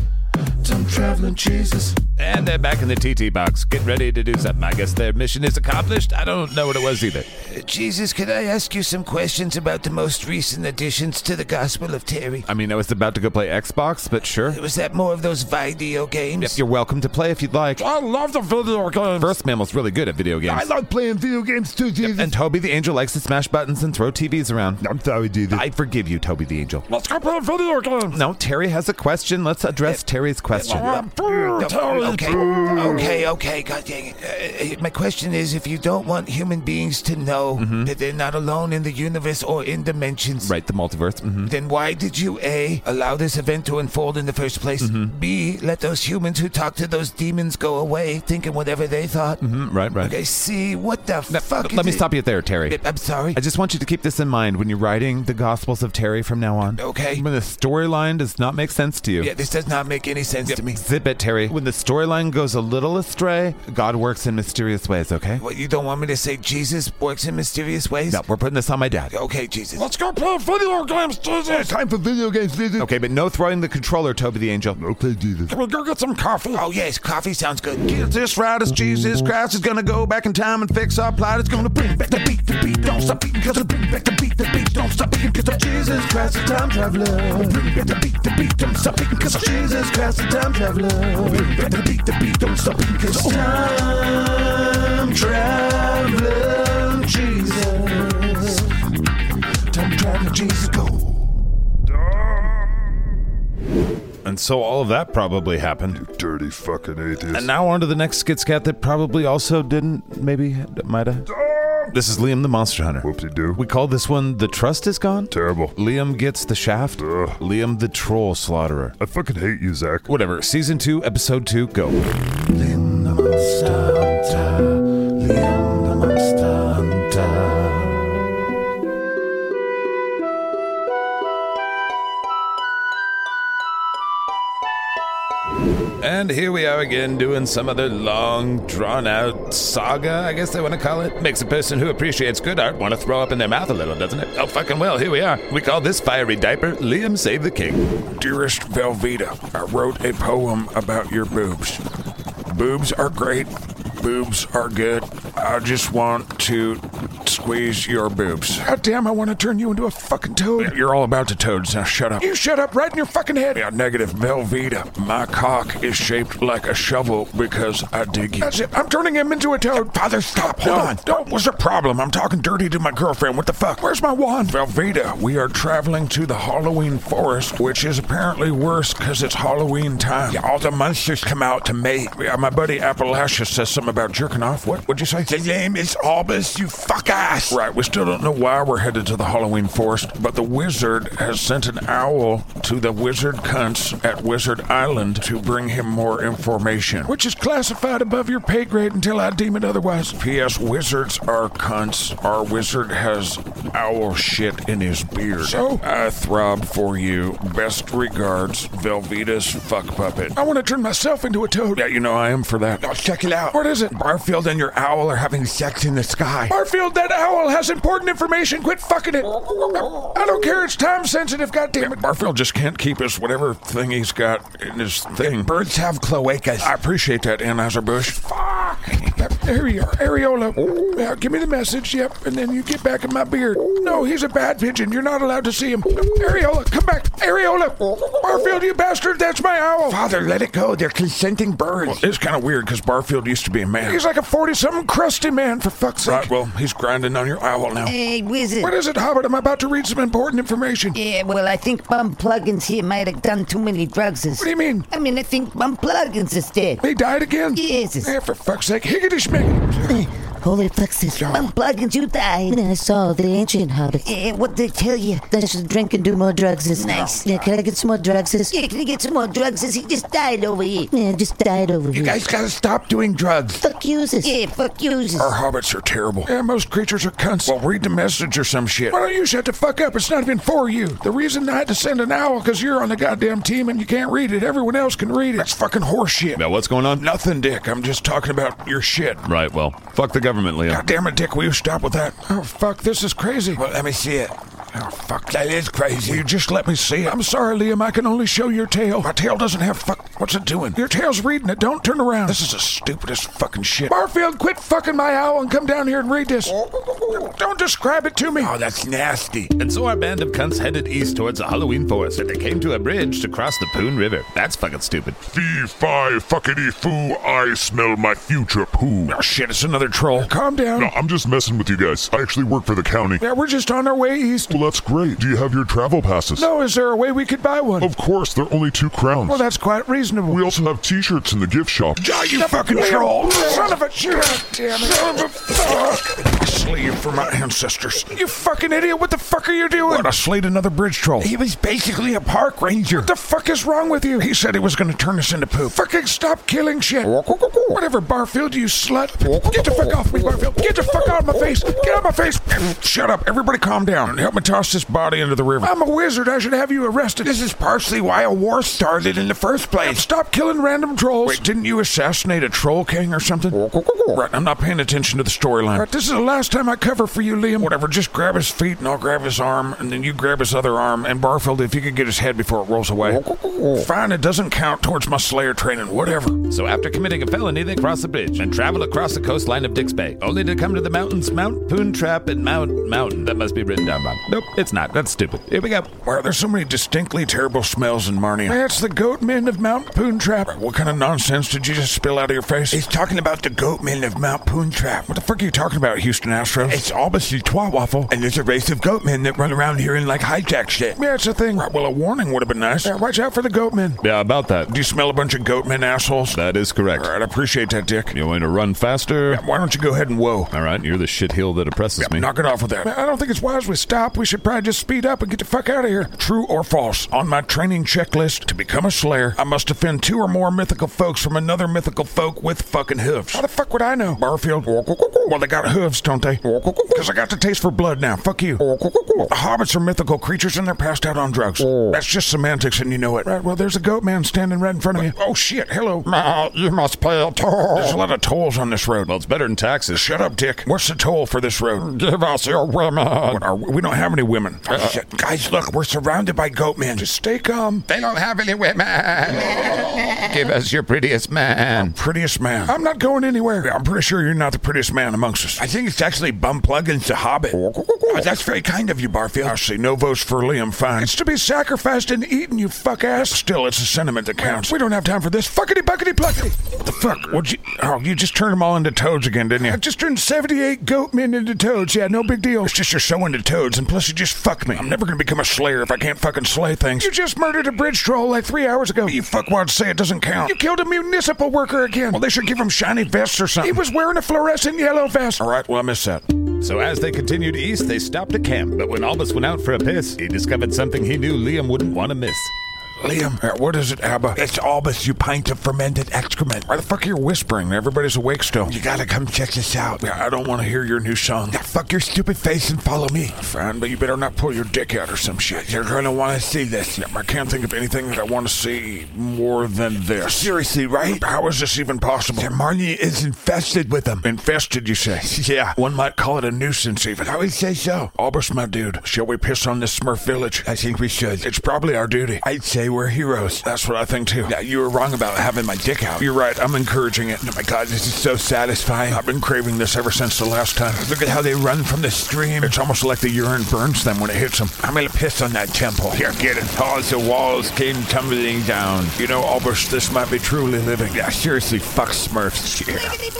[SPEAKER 14] Some traveling Jesus.
[SPEAKER 1] And they're back in the TT box. Get ready to do something. I guess their mission is accomplished. I don't know what it was either.
[SPEAKER 14] Uh, Jesus, could I ask you some questions about the most recent additions to the Gospel of Terry?
[SPEAKER 1] I mean, I was about to go play Xbox, but sure.
[SPEAKER 14] Was that more of those video games?
[SPEAKER 1] You're welcome to play if you'd like.
[SPEAKER 17] I love the video games.
[SPEAKER 1] First Mammal's really good at video games.
[SPEAKER 2] love playing video games too, Jesus.
[SPEAKER 1] And Toby the Angel likes to smash buttons and throw TVs around.
[SPEAKER 2] I'm sorry, Jesus.
[SPEAKER 1] I forgive you, Toby the Angel.
[SPEAKER 17] Let's go play video games.
[SPEAKER 1] No, Terry has a question. Let's address Terry's question.
[SPEAKER 17] Boo, Terry.
[SPEAKER 14] Okay, okay, okay, god dang it. Uh, uh, my question is if you don't want human beings to know that they're not alone in the universe or in dimensions,
[SPEAKER 1] Mm-hmm. Right, the multiverse. hmm
[SPEAKER 14] then why did you A, allow this event to unfold in the first place?
[SPEAKER 1] Mm-hmm.
[SPEAKER 14] B, let those humans who talk to those demons go away thinking whatever they thought?
[SPEAKER 1] Right, Mm-hmm. right.
[SPEAKER 14] Okay, C, what the fuck?
[SPEAKER 1] Let
[SPEAKER 14] is
[SPEAKER 1] me
[SPEAKER 14] it-
[SPEAKER 1] stop you there, Terry.
[SPEAKER 14] I'm sorry.
[SPEAKER 1] I just want you to keep this in mind when you're writing the Gospels of Terry from now on.
[SPEAKER 14] Okay.
[SPEAKER 1] When the storyline does not make sense to you,
[SPEAKER 14] Yeah, this does not make any sense to me.
[SPEAKER 1] zip it, Terry. When the storyline goes a little astray, God works in mysterious ways, okay?
[SPEAKER 14] What, you don't want me to say Jesus works in mysterious ways?
[SPEAKER 1] No, we're putting this on my dad.
[SPEAKER 14] Okay, Jesus.
[SPEAKER 17] Let's go play video games, Jesus.
[SPEAKER 2] Time for video games, Jesus.
[SPEAKER 1] Okay, but no throwing the controller, Toby the Angel.
[SPEAKER 2] Okay, Jesus.
[SPEAKER 17] Can we go get some coffee?
[SPEAKER 14] Oh, yes, coffee sounds good.
[SPEAKER 6] Get this right as Jesus Christ is gonna go back in time and fix our plight. It's gonna bring back the beat, the beat, don't stop beating, cause it'll bring back the beat, the beat, don't stop beating, cause I'm Jesus Christ, the time traveler. Bring back the beat, the beat, don't stop beating, cause I'm Jesus Christ, the time traveler. Bring back the beat, the beat, don't stop beating, cause I'm time traveler, Jesus. Time traveler, Jesus, go.
[SPEAKER 1] And so all of that probably happened.
[SPEAKER 15] Dirty fucking
[SPEAKER 1] And
[SPEAKER 15] atheist.
[SPEAKER 1] now on to the next skit scat that probably also didn't, maybe, might have. This is Liam the Monster Hunter.
[SPEAKER 15] Whoop-de-doo.
[SPEAKER 1] We call this one The Trust Is Gone.
[SPEAKER 15] Terrible.
[SPEAKER 1] Liam gets the shaft. Liam the Troll Slaughterer.
[SPEAKER 15] I fucking hate you, Zach.
[SPEAKER 1] Whatever. Season 2, Episode 2, go. And here we are again doing some other long, drawn out saga, I guess they want to call it. Makes a person who appreciates good art want to throw up in their mouth a little, doesn't it? Oh, fucking well, here we are. We call this fiery diaper Liam Save the King.
[SPEAKER 6] Dearest Velveeta, I wrote a poem about your boobs. Boobs are great. Boobs are good. I just want to squeeze your boobs. God damn, I want to turn you into a fucking toad. You're all about to toads. Now shut up. You shut up right in your fucking head. Yeah, negative. Velveeta. My cock is shaped like a shovel because I dig you. That's it. I'm turning him into a toad. Father, stop. Hold on. Don't. What's the problem? I'm talking dirty to my girlfriend. What the fuck? Where's my wand? Velveeta, we are traveling to the Halloween forest, which is apparently worse because it's Halloween time. Yeah, all the monsters come out to mate. Yeah, my buddy Appalachia says something about jerking off. What? What'd you say? The name is Albus, you fuck ass. Right, we still don't know why we're headed to the Halloween forest, but the wizard has sent an owl to the wizard cunts at Wizard Island to bring him more information, which is classified above your pay grade until I deem it otherwise. P.S. Wizards are cunts. Our wizard has owl shit in his beard. So I throb for you. Best regards, Velveeta's fuck puppet. I want to turn myself into a toad. Yeah, you know I am for that. Oh, check it out. What is it? Barfield and your owl are having sex in the sky. Barfield, that owl has important information. Quit fucking it. I don't care. It's time sensitive. Goddamn it. Barfield just can't keep his whatever thing he's got in his thing. Birds have cloacas. I appreciate that, Anheuser Busch. Fuck. There you are, Areola. Now give me the message. Yep, and then you get back in my beard. No, he's a bad pigeon. You're not allowed to see him. Areola, come back. Areola. Barfield, you bastard. That's my owl. Father, let it go. They're consenting birds. it's kind of weird because Barfield used to be a man. He's like a 40 something crusty man, for fuck's sake. Right, well, he's grinding on your owl now.
[SPEAKER 11] Hey, wizard.
[SPEAKER 6] What is it, Howard? I'm about to read some important information. What
[SPEAKER 11] Yeah, well, I think Bum Pluggins here might have done too many drugs.
[SPEAKER 6] do you mean?
[SPEAKER 11] I mean, I think Bum Pluggins is dead.
[SPEAKER 6] He died again?
[SPEAKER 11] Jesus.
[SPEAKER 6] Yeah, for fuck's sake. Higgity schmiggity.
[SPEAKER 18] Holy Plexus,
[SPEAKER 11] Bum Pluggins, you died.
[SPEAKER 18] I saw the ancient hobbit.
[SPEAKER 11] Yeah, what they tell you?
[SPEAKER 18] That I should drink and do more drugs. Is
[SPEAKER 11] Nice.
[SPEAKER 18] Yeah, can I get some more drugs? Is
[SPEAKER 11] Yeah, can you get some more drugs? Since he just died over here.
[SPEAKER 18] yeah, just died over here.
[SPEAKER 6] guys gotta stop doing drugs.
[SPEAKER 18] Fuck uses.
[SPEAKER 11] Yeah, fuck you.
[SPEAKER 6] Our hobbits are terrible. Yeah, most creatures are cunts. Well, read the message or some shit. Why don't you shut the fuck up? It's not even for you. The reason I had to send an owl because you're on the goddamn team and you can't read it. Everyone else can read it. That's fucking horseshit.
[SPEAKER 3] Now, what's going on?
[SPEAKER 6] Nothing, Dick. I'm just talking about your shit.
[SPEAKER 3] Right, well, fuck the government, Leo.
[SPEAKER 6] God damn it, Dick. Will you stop with that? Oh, fuck. This is crazy. Well, let me see it. Oh, fuck. That is crazy. Will you just let me see it? I'm sorry, Liam. I can only show your tail. My tail doesn't have fuck. What's it doing? Your tail's reading it. Don't turn around. This is the stupidest fucking shit. Barfield, quit fucking my owl and come down here and read this. Don't describe it to me. Oh, that's nasty.
[SPEAKER 13] And so our band of cunts headed east towards the Halloween forest, and they came to a bridge to cross the Poon River. That's fucking stupid.
[SPEAKER 15] Fee, fi, fuckity, foo, I smell my future poo.
[SPEAKER 6] Oh, shit. It's another troll. Calm down.
[SPEAKER 15] No, I'm just messing with you guys. I actually work for the county.
[SPEAKER 6] Yeah, we're just on our way east.
[SPEAKER 15] Well, that's great. Do you have your travel passes?
[SPEAKER 6] No, is there a way we could buy one?
[SPEAKER 15] Of course, they're only two crowns.
[SPEAKER 6] Well, that's quite reasonable.
[SPEAKER 15] we also have t-shirts in the gift shop.
[SPEAKER 6] Ah, you fucking troll! Son of a God damn it. Son of a fuck! A slave for my ancestors. You fucking idiot! What the fuck are you doing? What, I slayed another bridge troll. He was basically a park ranger. What the fuck is wrong with you? He said he was gonna turn us into poop. Fucking stop killing shit. Whatever, Barfield, you slut. Get the fuck off me, Barfield. Get the fuck out of my face. Get out of my face. Shut up. Everybody calm down and help me toss this body into the river. I'm a wizard. I should have you arrested. This is partially why a war started in the first place. Stop killing random trolls. Wait, didn't you assassinate a troll king or something? Right, I'm not paying attention to the storyline. Right, this is the last time I cover for you, Liam. Whatever, just grab his feet and I'll grab his arm, and then you grab his other arm, and Barfield, if you could get his head before it rolls away. Fine, it doesn't count towards my Slayer training, whatever.
[SPEAKER 13] So after committing a felony, they cross the bridge and travel across the coastline of Dix Bay, only to come to the mountains Mount Poon Trap and Mount Mountain. That must be written down wrong. Nope, it's not. That's stupid. Here we go.
[SPEAKER 6] Wow, there's so many distinctly terrible smells in Marnia. That's the goat men of Mount Poontrap. What kind of nonsense did you just spill out of your face? He's talking about the goat men of Mount Poontrap. What the fuck are you talking about, Houston Astros? It's obviously twat waffle. And there's a race of goat men that run around here and like hijack shit. Yeah, it's a thing. Right, well, a warning would have been nice. Yeah, watch out for the goat men.
[SPEAKER 3] Yeah, about that.
[SPEAKER 6] Do you smell a bunch of goat men assholes?
[SPEAKER 3] That is correct.
[SPEAKER 6] All right, I appreciate that, Dick.
[SPEAKER 3] You want me to run faster?
[SPEAKER 6] Why don't you go ahead and whoa?
[SPEAKER 3] All right, you're the shitheel that oppresses me.
[SPEAKER 6] Knock it off with that. I don't think it's wise we stop. We should probably just speed up and get the fuck out of here. True or false? On my training checklist to become a slayer, I must defend two or more mythical folks from another mythical folk with fucking hooves. How the fuck would I know? Barfield. Well, they got hooves, don't they? Because I got the taste for blood now. Fuck you. The hobbits are mythical creatures and they're passed out on drugs. That's just semantics and you know it. Oh. Right, well, there's a goat man standing right in front of me. Oh, shit. Hello. uh, You must pay a toll. There's a lot of tolls on this road.
[SPEAKER 3] Well, it's better than taxes.
[SPEAKER 6] Shut up, Dick. What's the toll for this road?
[SPEAKER 13] Give us your women.
[SPEAKER 6] What are we? we don't have any women.
[SPEAKER 12] Oh, shit. Guys, look, we're surrounded by goat men.
[SPEAKER 6] Just stay calm.
[SPEAKER 13] They don't have any women. Give us your prettiest man.
[SPEAKER 6] Prettiest man. I'm not going anywhere. I'm pretty sure you're not the prettiest man amongst us.
[SPEAKER 12] I think it's actually
[SPEAKER 6] unplugging's the hobbit. Oh, that's very kind of you, Barfield. I see no votes for Liam Fine. It's to be sacrificed and eaten, you fuck ass. Still, it's the sentiment that counts. We don't have time for this. Fuckity buckety pluckety. What the fuck? What'd you. Oh, you just turned them all into toads again, didn't you? I just turned 78 goat men into toads. Yeah, no big deal. It's just you're so into toads, and plus you just fuck me. I'm never gonna become a slayer if I can't fucking slay things. You just murdered a bridge troll like three hours ago. You fuckwads say it doesn't count. You killed a municipal worker again. Well, they should give him shiny vests or something. He was wearing a fluorescent yellow vest. All right, well, I missed that.
[SPEAKER 1] So as they continued east, they stopped at camp. But when Albus went out for a piss, he discovered something he knew Liam wouldn't want to miss.
[SPEAKER 6] Liam, uh, what is it, Abba?
[SPEAKER 19] It's Albus, you pint of fermented excrement.
[SPEAKER 6] Why the fuck are you whispering? Everybody's awake still.
[SPEAKER 19] You gotta come check this out.
[SPEAKER 6] Yeah, I don't want to hear your new song.
[SPEAKER 19] Now fuck your stupid face and follow me.
[SPEAKER 6] Fine, but you better not pull your dick out or some shit.
[SPEAKER 19] You're gonna wanna see this.
[SPEAKER 6] Yeah, I can't think of anything that I want to see more than this.
[SPEAKER 19] Seriously, right?
[SPEAKER 6] How is this even possible?
[SPEAKER 19] Yeah, Marnie is infested with them.
[SPEAKER 6] Infested, you say?
[SPEAKER 19] yeah.
[SPEAKER 6] One might call it a nuisance, even.
[SPEAKER 19] I would say so.
[SPEAKER 6] Albus, my dude, shall we piss on this Smurf village?
[SPEAKER 19] I think we should.
[SPEAKER 6] It's probably our duty.
[SPEAKER 19] I'd say we're heroes.
[SPEAKER 6] That's what I think too.
[SPEAKER 19] Yeah, you were wrong about having my dick out.
[SPEAKER 6] You're right. I'm encouraging it.
[SPEAKER 19] Oh my god, this is so satisfying.
[SPEAKER 6] I've been craving this ever since the last time.
[SPEAKER 19] Look at how they run from the stream.
[SPEAKER 6] It's almost like the urine burns them when it hits them.
[SPEAKER 19] I'm gonna piss on that temple.
[SPEAKER 1] Here, get it. Pause. The walls came tumbling down.
[SPEAKER 6] You know, Albus, this might be truly living.
[SPEAKER 1] Yeah, seriously, fuck Smurfs. Yeah.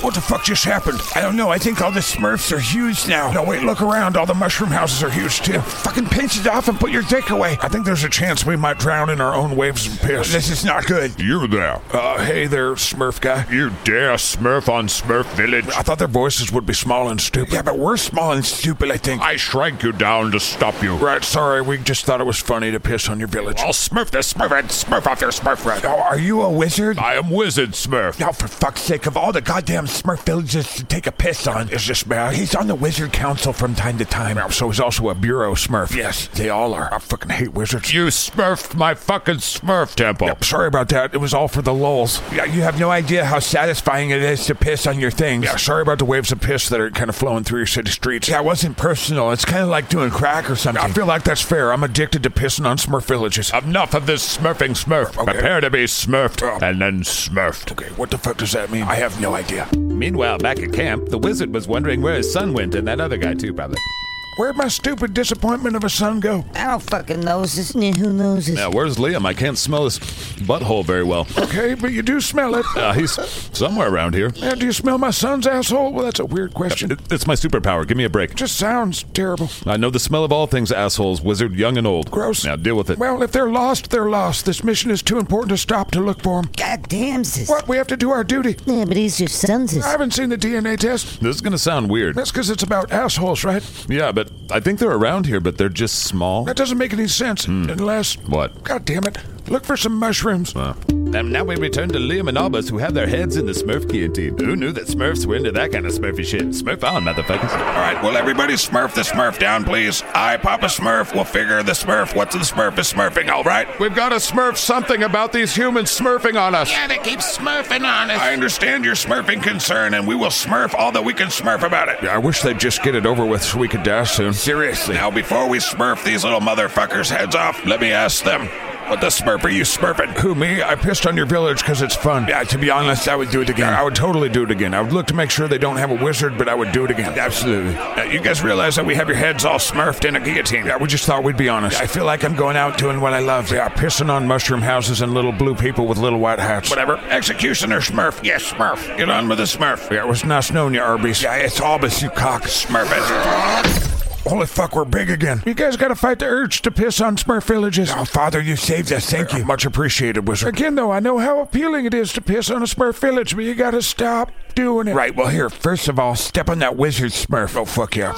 [SPEAKER 6] What the fuck just happened?
[SPEAKER 19] I don't know. I think all the Smurfs are huge now.
[SPEAKER 6] No, wait, look around. All the mushroom houses are huge too.
[SPEAKER 19] Fucking pinch it off and put your dick away.
[SPEAKER 6] I think there's a chance we might drown in our own waves of piss.
[SPEAKER 19] This is not good.
[SPEAKER 15] You there.
[SPEAKER 6] Uh, hey there, Smurf guy.
[SPEAKER 15] You dare Smurf on Smurf Village?
[SPEAKER 6] I thought their voices would be small and stupid.
[SPEAKER 19] Yeah, but we're small and stupid, I think.
[SPEAKER 15] I shrank you down to stop you.
[SPEAKER 6] Right, sorry. We just thought it was funny to piss on your village.
[SPEAKER 15] I'll Smurf the Smurf and Smurf off your Smurf right.
[SPEAKER 19] Oh, are you a wizard?
[SPEAKER 15] I am Wizard Smurf.
[SPEAKER 19] Now, for fuck's sake, of all the goddamn Smurf villages to take a piss on.
[SPEAKER 6] Is this bad?
[SPEAKER 19] He's on the Wizard Council from time to time.
[SPEAKER 6] Yeah, so he's also a Bureau Smurf.
[SPEAKER 19] Yes,
[SPEAKER 6] they all are. I fucking hate wizards.
[SPEAKER 15] You smurfed my fucking Smurf temple.
[SPEAKER 6] Yeah, sorry about that. It was all for the lulls.
[SPEAKER 19] Yeah, you have no idea how satisfying it is to piss on your things.
[SPEAKER 6] Yeah, sorry about the waves of piss that are kind of flowing through your city streets.
[SPEAKER 19] Yeah, it wasn't personal. It's kind of like doing crack or something.
[SPEAKER 6] I feel like that's fair. I'm addicted to pissing on Smurf villages.
[SPEAKER 15] Enough of this smurfing Smurf. Okay. Prepare to be smurfed oh. and then smurfed.
[SPEAKER 6] Okay, what the fuck does that mean?
[SPEAKER 19] I have no idea.
[SPEAKER 1] Meanwhile, back at camp, the wizard was wondering where his son went and that other guy too, probably.
[SPEAKER 6] Where'd my stupid disappointment of a son go?
[SPEAKER 20] I don't fucking knows this. Yeah, who knows this?
[SPEAKER 1] Now, where's Liam? I can't smell his butthole very well.
[SPEAKER 6] okay, but you do smell it.
[SPEAKER 1] Uh, he's somewhere around here.
[SPEAKER 6] Yeah, do you smell my son's asshole? Well, that's a weird question.
[SPEAKER 1] It's my superpower. Give me a break. It
[SPEAKER 6] just sounds terrible.
[SPEAKER 1] I know the smell of all things assholes, wizard, young and old.
[SPEAKER 6] Gross.
[SPEAKER 1] Now deal with it.
[SPEAKER 6] Well, if they're lost, they're lost. This mission is too important to stop to look for them.
[SPEAKER 20] God damn, sis.
[SPEAKER 6] What? We have to do our duty.
[SPEAKER 21] Yeah, but he's your son, sis.
[SPEAKER 6] I haven't seen the DNA test.
[SPEAKER 1] This is going to sound weird.
[SPEAKER 6] That's because it's about assholes, right?
[SPEAKER 1] Yeah, but I think they're around here, but they're just small.
[SPEAKER 6] That doesn't make any sense. Hmm. Unless.
[SPEAKER 1] What?
[SPEAKER 6] God damn it. Look for some mushrooms.
[SPEAKER 1] Uh. And now we return to Liam and Albus, who have their heads in the Smurf guillotine. Who knew that Smurfs were into that kind of Smurfy shit? Smurf on, motherfuckers.
[SPEAKER 22] All right, will everybody Smurf the Smurf down, please? I, Papa Smurf, will figure the Smurf. What's the Smurf is Smurfing, all right?
[SPEAKER 15] We've got to Smurf something about these humans Smurfing on us.
[SPEAKER 22] Yeah, they keep Smurfing on us. I understand your Smurfing concern, and we will Smurf all that we can Smurf about it.
[SPEAKER 6] Yeah, I wish they'd just get it over with so we could die soon.
[SPEAKER 1] Seriously.
[SPEAKER 22] Now, before we Smurf these little motherfuckers' heads off, let me ask them. What the smurf are you smurfing?
[SPEAKER 6] Who, me? I pissed on your village because it's fun.
[SPEAKER 19] Yeah, to be honest, I would do it again.
[SPEAKER 6] Yeah, I would totally do it again. I would look to make sure they don't have a wizard, but I would do it again.
[SPEAKER 19] Absolutely.
[SPEAKER 22] Now, Uh, you guys realize that we have your heads all smurfed in a guillotine.
[SPEAKER 6] Yeah, we just thought we'd be honest.
[SPEAKER 19] Yeah, I feel like I'm going out doing what I love.
[SPEAKER 6] Yeah, pissing on mushroom houses and little blue people with little white hats.
[SPEAKER 22] Whatever. Executioner smurf. Yes, smurf. Get on with the smurf.
[SPEAKER 6] Yeah, it was nice knowing you, Arby's.
[SPEAKER 19] Yeah, it's Albus, you cock.
[SPEAKER 22] Smurf it.
[SPEAKER 6] Holy fuck, we're big again. You guys gotta fight the urge to piss on Smurf villages.
[SPEAKER 19] Oh, Father, you saved us. Thank you.
[SPEAKER 6] Much appreciated, Wizard. Again, though, I know how appealing it is to piss on a Smurf village, but you gotta stop doing it.
[SPEAKER 19] Right, well, here, first of all, step on that wizard Smurf.
[SPEAKER 6] Oh, fuck yeah.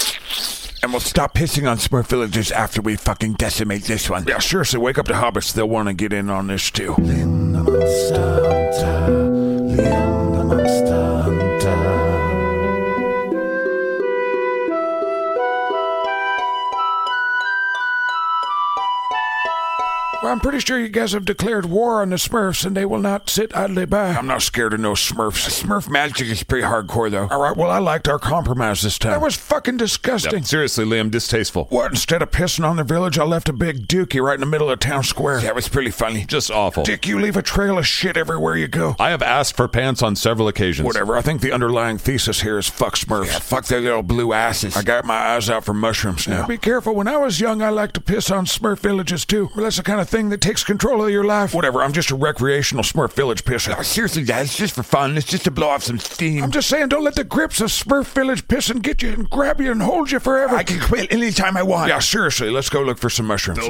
[SPEAKER 19] And we'll stop pissing on Smurf villagers after we fucking decimate this one.
[SPEAKER 6] Yeah, seriously, wake up the hobbits. They'll wanna get in on this too. pretty sure you guys have declared war on the Smurfs and they will not sit idly by. I'm not scared of no Smurfs. Smurf magic is pretty hardcore, though. All right, well, I liked our compromise this time. That was fucking disgusting.
[SPEAKER 1] Seriously, Liam, distasteful.
[SPEAKER 6] What? Instead of pissing on the village, I left a big dookie right in the middle of town square.
[SPEAKER 13] That was pretty funny. Just awful.
[SPEAKER 6] Dick, you leave a trail of shit everywhere you go.
[SPEAKER 1] I have asked for pants on several occasions.
[SPEAKER 6] Whatever. I think the underlying thesis here is fuck Smurfs.
[SPEAKER 13] Yeah, fuck their little blue asses.
[SPEAKER 6] I got my eyes out for mushrooms now. Be careful. When I was young, I liked to piss on Smurf villages too. Well, that's the kind of thing that takes control of your life. Whatever. I'm just a recreational Smurf village pisser.
[SPEAKER 13] Oh, seriously, guys, it's just for fun. It's just to blow off some steam.
[SPEAKER 6] I'm just saying, don't let the grips of Smurf village pissing get you and grab you and hold you forever.
[SPEAKER 13] I can quit anytime I want.
[SPEAKER 6] yeah, seriously. Let's go look for some mushrooms.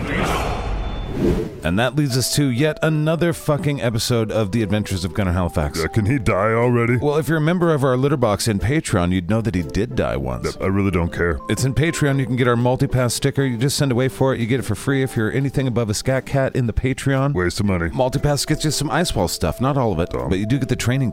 [SPEAKER 1] And that leads us to yet another fucking episode of The Adventures of Gunnar Halifax.
[SPEAKER 9] Uh, can he die already?
[SPEAKER 1] Well, if you're a member of our litter box in Patreon, you'd know that he did die once.
[SPEAKER 9] I really don't care.
[SPEAKER 1] It's in Patreon. You can get our multipass sticker. You just send away for it. You get it for free if you're anything above a scat cat in the Patreon.
[SPEAKER 9] Waste of money.
[SPEAKER 1] Multipass gets you some ice wall stuff, not all of it, but you do get the training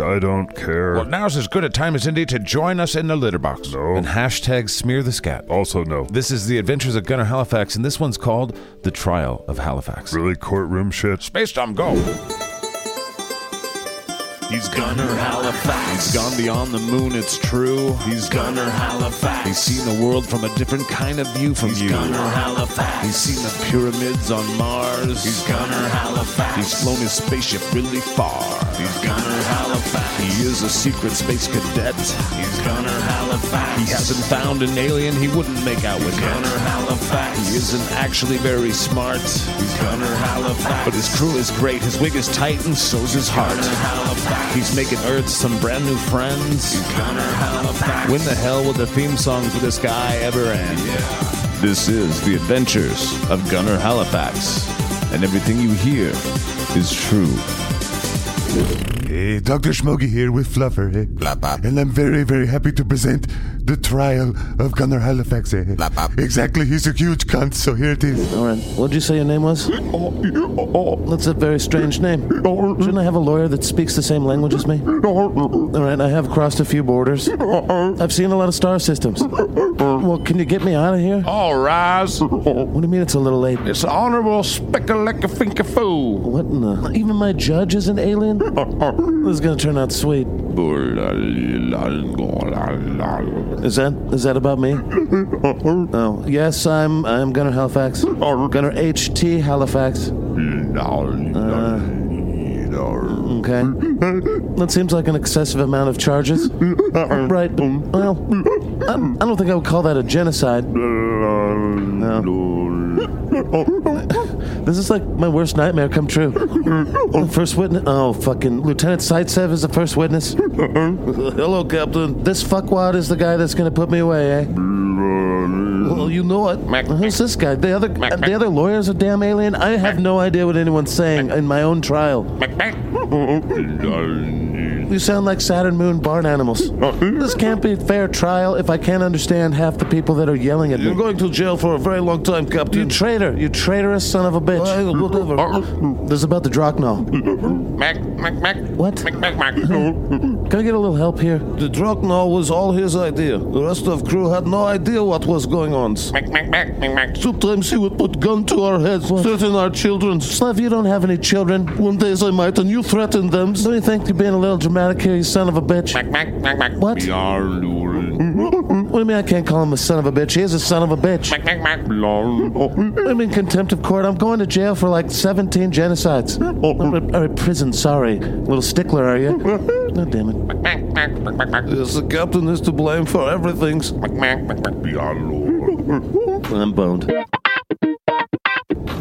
[SPEAKER 9] Look, I don't care.
[SPEAKER 1] Well, now's as good a time as any to join us in the litter box.
[SPEAKER 9] No.
[SPEAKER 1] And hashtag smear the scat.
[SPEAKER 9] Also, no.
[SPEAKER 1] This is The Adventures of Gunnar Halifax, and this one's called The Trial of Halifax.
[SPEAKER 9] Really courtroom shit.
[SPEAKER 6] Space time, go.
[SPEAKER 23] He's Gunner Halifax. He's gone beyond the moon, it's true. He's Gunner Halifax. He's seen the world from a different kind of view from He's you. Gunner Halifax. He's seen the pyramids on Mars. He's Gunner Halifax. He's flown his spaceship really far. He's Gunner Halifax. He is a secret space cadet. He's Gunner Halifax. He hasn't found an alien he wouldn't make out with yet. Gunner Halifax. He isn't actually very smart. He's Gunner Halifax. But his crew is great. His wig is tight and so's his heart. Gunner Halifax. He's making Earth some brand new friends. He's Gunner Halifax. When the hell will the theme song for this guy ever end? This is The Adventures of Gunner Halifax, and everything you hear is true.
[SPEAKER 5] Hey, Dr. Schmoggy here with Fluffer, eh? And I'm very, very happy to present the trial of Gunnar Halifax, eh? Exactly, he's a huge cunt, so here it is.
[SPEAKER 4] All right. What did you say your name was? That's a very strange name. Shouldn't I have a lawyer that speaks the same language as me? All right. I have crossed a few borders. I've seen a lot of star systems. Well, can you get me out of here?
[SPEAKER 6] All rise.
[SPEAKER 4] What do you mean it's a little late?
[SPEAKER 6] It's Honorable Speckleleckafinkafoo.
[SPEAKER 4] What in the? Even my judge is an alien. This is gonna turn out sweet. Is that is that about me? Oh yes, I'm I'm Gunnar Halifax. Gunnar H T Halifax. Okay. That seems like an excessive amount of charges. Right. but- Well, I, I don't think I would call that a genocide. This is like my worst nightmare come true. The first witness. Oh, fucking. Lieutenant Saitsev is the first witness. Hello, Captain. This fuckwad is the guy that's gonna put me away, eh? Well, you know it. Who's this guy? The other, the other lawyer's a damn alien? I have no idea what anyone's saying in my own trial. You sound like Saturn Moon barn animals.
[SPEAKER 23] Oh,
[SPEAKER 4] This can't be a fair trial if I can't understand half the people that are yelling at me. You're going to jail for a very long time, Captain. You traitor. You traitorous son of a bitch. Uh, This is about the Drachno. What? Can I get a little help here?
[SPEAKER 23] The Drachno was all his idea. The rest of crew had no idea what was going on. Sometimes he would put gun to our heads, threaten our children.
[SPEAKER 4] Slav, you don't have any children. One day I might, and you threatened them. Don't you think you're being a little dramatic here, you son of a bitch? What? What do you mean I can't call him a son of a bitch? He is a son of a bitch. I'm in contempt of court. I'm going to jail for like 17 genocides. Or, or prison, sorry. Little stickler, are you? God damn it.
[SPEAKER 23] Yes, the captain is to blame for everything.
[SPEAKER 4] I'm boned.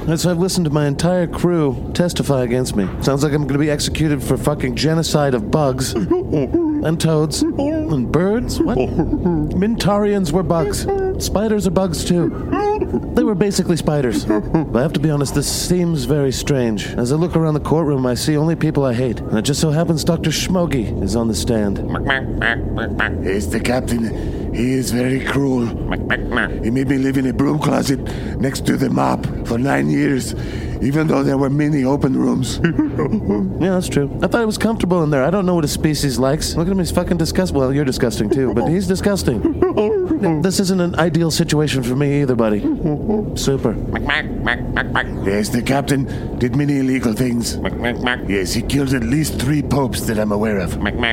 [SPEAKER 4] And so I've listened to my entire crew testify against me. Sounds like I'm going to be executed for fucking genocide of bugs and toads and birds. What? Mintarians were bugs. Spiders are bugs too. They were basically spiders. But I have to be honest, this seems very strange. As I look around the courtroom, I see only people I hate. And it just so happens Dr. Schmoggy is on the stand.
[SPEAKER 5] It's the captain. He is very cruel. He made me live in a broom closet next to the mop for nine years, even though there were many open rooms.
[SPEAKER 4] Yeah, that's true. I thought it was comfortable in there. I don't know what a species likes. Look at him, he's fucking disgust. Well, you're disgusting too, but he's disgusting. This isn't an ideal situation for me either, buddy. Super.
[SPEAKER 5] Yes, the captain did many illegal things. Yes, he killed at least three popes that I'm aware of.
[SPEAKER 4] What do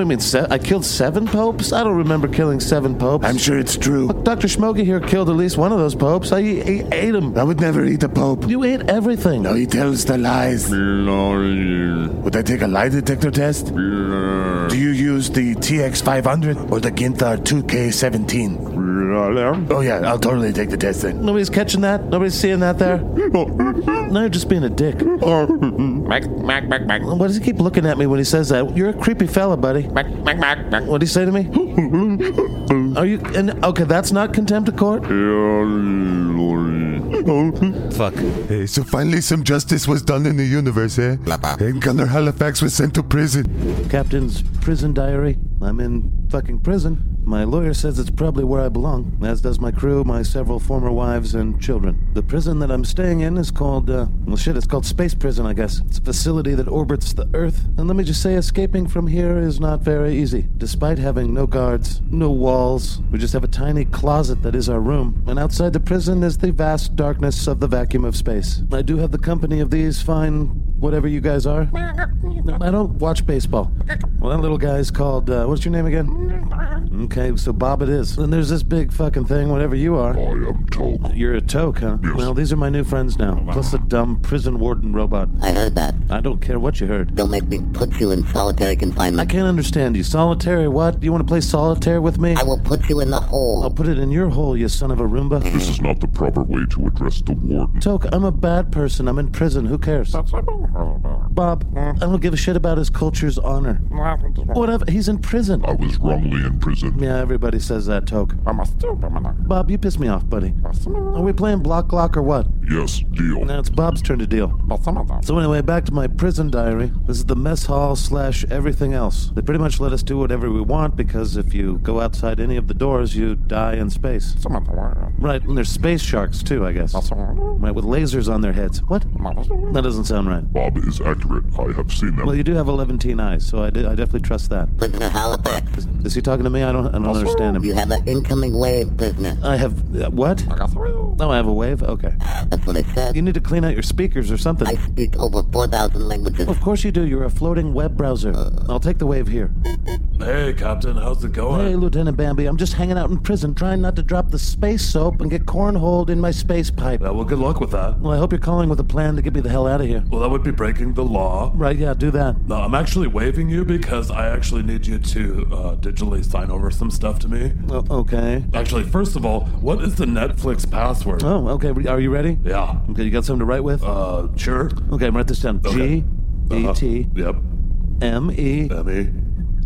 [SPEAKER 4] you mean? Se- I killed seven popes? I don't remember killing seven popes.
[SPEAKER 5] I'm sure it's true.
[SPEAKER 4] Look, Dr. Schmogi here killed at least one of those popes. I e- e- ate him.
[SPEAKER 5] I would never eat a pope.
[SPEAKER 4] You ate everything.
[SPEAKER 5] No, he tells the lies. Would I take a lie detector test? Do you use the TX500 or the Ginthar 2K17? Oh, yeah, I'll totally take the test then.
[SPEAKER 4] Nobody's catching that? Nobody's seeing that there? No, you're just being a dick. Why does he keep looking at me when he says that? You're a creepy fella, buddy. What'd he say to me? Are you. And, okay, that's not contempt of court?
[SPEAKER 5] Fuck. Hey, so finally some justice was done in the universe, eh? And Gunnar Halifax was sent to prison.
[SPEAKER 4] Captain's prison diary. I'm in fucking prison. My lawyer says it's probably where I belong, as does my crew, my several former wives, and children. The prison that I'm staying in is called, uh, well, shit, it's called Space Prison, I guess. It's a facility that orbits the Earth. And let me just say, escaping from here is not very easy. Despite having no guards, no walls, we just have a tiny closet that is our room. And outside the prison is the vast darkness of the vacuum of space. I do have the company of these fine whatever you guys are. I don't watch baseball. Well, that little guy's called, uh, what's your name again? Okay, so Bob it is. And there's this big fucking thing, whatever you are. I am Toke. You're a Toke, huh? Well, these are my new friends now, plus a dumb prison warden robot.
[SPEAKER 24] I heard that.
[SPEAKER 4] I don't care what you heard.
[SPEAKER 24] They'll make me put you in solitary
[SPEAKER 4] I
[SPEAKER 24] confinement.
[SPEAKER 4] can't understand you. Solitary, what? You want to play solitaire with me?
[SPEAKER 24] I will put you in the hole. Mm.
[SPEAKER 4] I'll put it in your hole, you son of a Roomba.
[SPEAKER 2] This is not the proper way to address the warden.
[SPEAKER 4] Toke, I'm a bad person. I'm in prison. Who cares?
[SPEAKER 6] Oh,
[SPEAKER 4] Bob, I don't give a shit about his culture's honor. Whatever. He's in prison.
[SPEAKER 24] Oh.
[SPEAKER 2] I was wrongly imprisoned.
[SPEAKER 4] Yeah, everybody says that, Toke. Bob, you piss me off, buddy. Are we playing block lock or what?
[SPEAKER 2] Yes, deal.
[SPEAKER 4] Now it's Bob's turn to deal. So anyway, back to my prison diary. This is the mess hall slash everything else. They pretty much let us do whatever we want because if you go outside any of the doors, you die in space. Right, and there's space sharks too, I guess. Right, with lasers on their heads. What? That doesn't sound right.
[SPEAKER 2] Bob is accurate. I have seen them.
[SPEAKER 4] Well, you do have 11 teen eyes, so I, di- I definitely trust that.
[SPEAKER 24] Prisoner Halifax,
[SPEAKER 4] Is, is he talking to me? I don't, I don't understand
[SPEAKER 24] you
[SPEAKER 4] him.
[SPEAKER 24] have an incoming wave, prisoner.
[SPEAKER 4] I have uh, what? Oh, I have a wave. Okay.
[SPEAKER 24] That's what I said.
[SPEAKER 4] You need to clean out your speakers or something.
[SPEAKER 24] I speak over 4,000 languages.
[SPEAKER 4] Of course you do. You're a floating web browser. I'll take the wave here.
[SPEAKER 7] Hey, Captain, how's it going?
[SPEAKER 4] Hey, Lieutenant Bambi, I'm just hanging out in prison, trying not to drop the space soap and get cornholed in my space pipe.
[SPEAKER 7] Uh, well, good luck with that.
[SPEAKER 4] Well, I hope you're calling with a plan to get me the hell out of here.
[SPEAKER 7] Well, that would be breaking the law.
[SPEAKER 4] Right? Yeah, do that.
[SPEAKER 7] No, I'm actually waving you because I actually need you to uh, digitally sign over some stuff to me.
[SPEAKER 4] Oh, okay.
[SPEAKER 7] Actually, first of all, what is the Netflix password?
[SPEAKER 4] Oh, okay. Re- Are you ready?
[SPEAKER 7] Yeah.
[SPEAKER 4] Okay, you got something to write with?
[SPEAKER 7] Uh, sure.
[SPEAKER 4] Okay, write this down.
[SPEAKER 7] Okay. Uh-huh.
[SPEAKER 4] G E T
[SPEAKER 7] Yep.
[SPEAKER 4] M E
[SPEAKER 7] Emmy.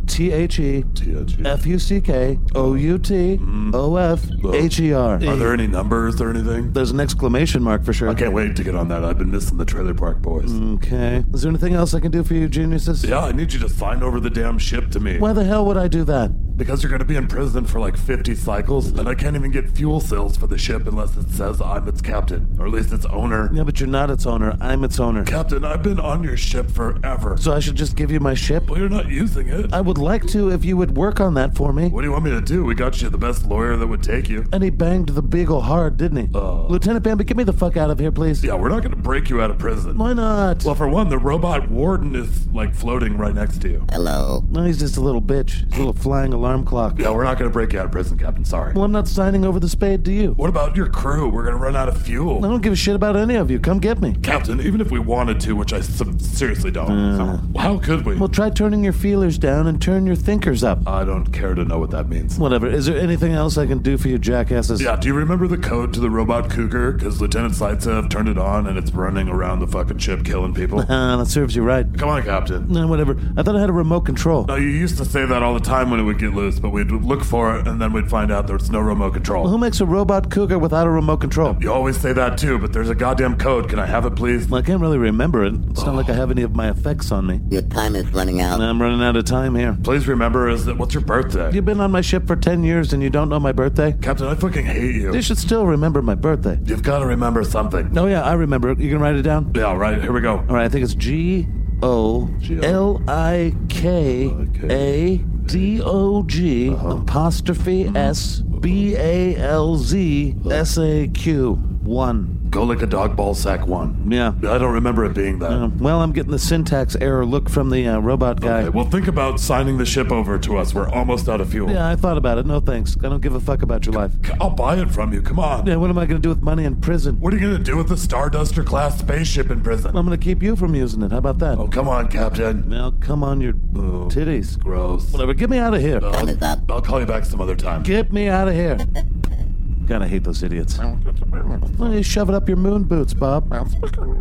[SPEAKER 4] T H E
[SPEAKER 7] T-H-E.
[SPEAKER 4] F U C K O U T O F H E R.
[SPEAKER 7] Are there any numbers or anything?
[SPEAKER 4] There's an exclamation mark for sure.
[SPEAKER 7] I can't wait to get on that. I've been missing the Trailer Park Boys.
[SPEAKER 4] Okay. Is there anything else I can do for you, geniuses?
[SPEAKER 7] Yeah, I need you to sign over the damn ship to me.
[SPEAKER 4] Why the hell would I do that?
[SPEAKER 7] Because you're going to be in prison for like 50 cycles, and I can't even get fuel cells for the ship unless it says I'm its captain, or at least its owner.
[SPEAKER 4] Yeah, but you're not its owner. I'm its owner.
[SPEAKER 7] Captain, I've been on your ship forever.
[SPEAKER 4] So I should just give you my ship?
[SPEAKER 7] Well, you're not using it.
[SPEAKER 4] I would like to if you would work on that for me.
[SPEAKER 7] What do you want me to do? We got you the best lawyer that would take you.
[SPEAKER 4] And he banged the beagle hard, didn't he? Lieutenant Bambi, get me the fuck out of here, please.
[SPEAKER 7] Uh. Yeah, we're not going to break you out of prison.
[SPEAKER 4] Why not?
[SPEAKER 7] Well, for one, the robot warden is like floating right next to you.
[SPEAKER 24] Hello.
[SPEAKER 4] no, he's just a little bitch. He's a little flying alarm clock.
[SPEAKER 7] Yeah, we're not going to break you out of prison, Captain. Sorry.
[SPEAKER 4] Well, I'm not signing over the spade to you.
[SPEAKER 7] What about your crew? We're going to run out of
[SPEAKER 4] I
[SPEAKER 7] fuel.
[SPEAKER 4] don't give a shit about any of you. Come get me.
[SPEAKER 7] Captain, even if we wanted to, which I sub- seriously don't, how could we?
[SPEAKER 4] Well, try turning your feelers down and turn your thinkers up.
[SPEAKER 7] I don't care to know what that means.
[SPEAKER 4] Whatever. Is there anything else I can do for you, jackasses?
[SPEAKER 7] Yeah, do you remember the code to the robot cougar? Because Lieutenant Zaitsev turned it on and it's running around the fucking ship killing people.
[SPEAKER 4] Uh, that serves you right.
[SPEAKER 7] Come on, Captain.
[SPEAKER 4] No, whatever. I thought I had a remote control.
[SPEAKER 7] No, you used to say that all the time when it would get loose, but we'd look for it and then we'd find out there's no remote control.
[SPEAKER 4] Who makes a robot cougar without a remote control?
[SPEAKER 7] You always say that too, but there's a goddamn code. Can I have it, please?
[SPEAKER 4] Well, I can't really remember it. It's not like I have any of my effects on me.
[SPEAKER 24] Your time is running out.
[SPEAKER 4] I'm running out of time here.
[SPEAKER 7] Please remember, is that what's your birthday?
[SPEAKER 4] You've been on my ship for 10 years and you don't know my birthday?
[SPEAKER 7] Captain, I fucking hate you.
[SPEAKER 4] You should still remember my birthday.
[SPEAKER 7] You've got to remember something.
[SPEAKER 4] Oh, yeah, I remember it. You can write it down?
[SPEAKER 7] Yeah, right, here we go.
[SPEAKER 4] All right, I think it's G O L I K A D O G
[SPEAKER 7] Uh-huh.
[SPEAKER 4] apostrophe S B A L Z S A Q one.
[SPEAKER 7] Go like a dog ball sack one.
[SPEAKER 4] Yeah.
[SPEAKER 7] I don't remember it being that.
[SPEAKER 4] Uh, well, I'm getting the syntax error look from the uh, robot guy.
[SPEAKER 7] Okay, well, think about signing the ship over to us. We're almost out of fuel.
[SPEAKER 4] yeah, I thought about it. No thanks. I don't give a fuck about your life.
[SPEAKER 7] I'll buy it from you. Come on.
[SPEAKER 4] Yeah, what am I going to do with money in prison?
[SPEAKER 7] What are you going to do with the Starduster class spaceship in prison?
[SPEAKER 4] I'm going to keep you from using it. How about that?
[SPEAKER 7] Oh, come on, Captain.
[SPEAKER 4] Now,
[SPEAKER 7] Oh.
[SPEAKER 4] come on, your titties.
[SPEAKER 7] Gross.
[SPEAKER 4] Whatever. Get me out of here.
[SPEAKER 7] I'll, I'll call you back some other time.
[SPEAKER 4] Get me out of here. God, I hate those idiots. Well, you shove it up your moon boots, Bob.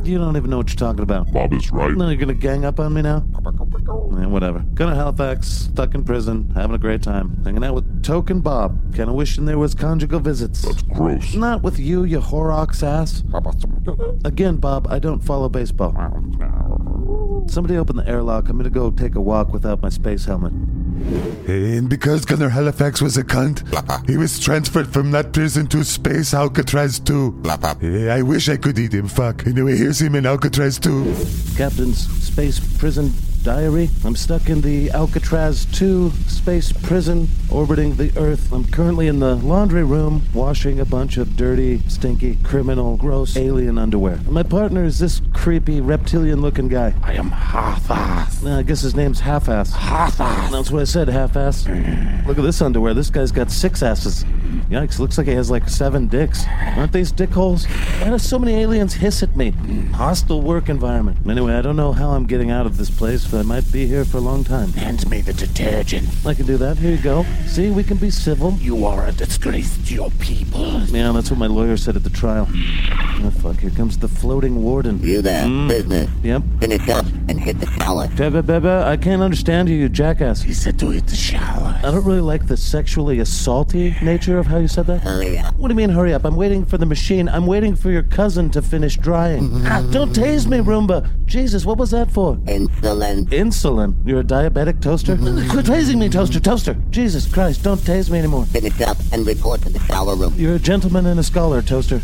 [SPEAKER 4] You don't even know what you're talking about.
[SPEAKER 2] Bob is right.
[SPEAKER 4] Now you're gonna gang up on me now? Yeah, whatever. Going to Halifax, stuck in prison, having a great time, hanging out with Token Bob. Kind of wishing there was conjugal visits. That's
[SPEAKER 2] gross.
[SPEAKER 4] Not with you, you horrox ass. Again, Bob, I don't follow baseball. Somebody open the airlock. I'm gonna go take a walk without my space helmet.
[SPEAKER 5] And because Gunnar Halifax was a cunt, he was transferred from that prison to Space Alcatraz 2. Eh, I wish I could eat him, fuck. Anyway, here's him in Alcatraz 2.
[SPEAKER 4] Captain's Space Prison Diary. I'm stuck in the Alcatraz 2 space prison orbiting the Earth. I'm currently in the laundry room washing a bunch of dirty, stinky, criminal, gross alien underwear. And my partner is this creepy, reptilian looking guy. I am half ass. I guess his name's Half Ass. Half ass. That's what I said, half ass. Look at this underwear. This guy's got six asses. Yikes, looks like he has like seven dicks. Aren't these dick holes? Why do so many aliens hiss at me? Hostile work environment. Anyway, I don't know how I'm getting out of this place, but I might be here for a long time.
[SPEAKER 14] Hand me the detergent.
[SPEAKER 4] I can do that. Here you go. See, we can be civil.
[SPEAKER 14] You are a disgrace to your people.
[SPEAKER 4] Yeah, that's what my lawyer said at the trial. Oh, fuck, here comes the floating warden. Mm.
[SPEAKER 24] You there, business.
[SPEAKER 4] Yep.
[SPEAKER 24] Finish up and hit the shower.
[SPEAKER 4] Bebe, bebe, I can't understand you, you jackass.
[SPEAKER 14] He said to hit the shower.
[SPEAKER 4] I don't really like the sexually assaulty nature of how you said that.
[SPEAKER 24] Hurry up.
[SPEAKER 4] What do you mean, hurry up? I'm waiting for the machine. I'm waiting for your cousin to finish drying.
[SPEAKER 24] Mm-hmm.
[SPEAKER 4] Ah, don't tase me, Roomba. Jesus, what was that for?
[SPEAKER 24] Insolent.
[SPEAKER 4] Insulin. You're a diabetic toaster?
[SPEAKER 24] Mm-hmm.
[SPEAKER 4] Quit tasing me, toaster, toaster. Jesus Christ, don't tase me anymore.
[SPEAKER 24] Finish up and report to the shower room.
[SPEAKER 4] You're a gentleman and a scholar, toaster.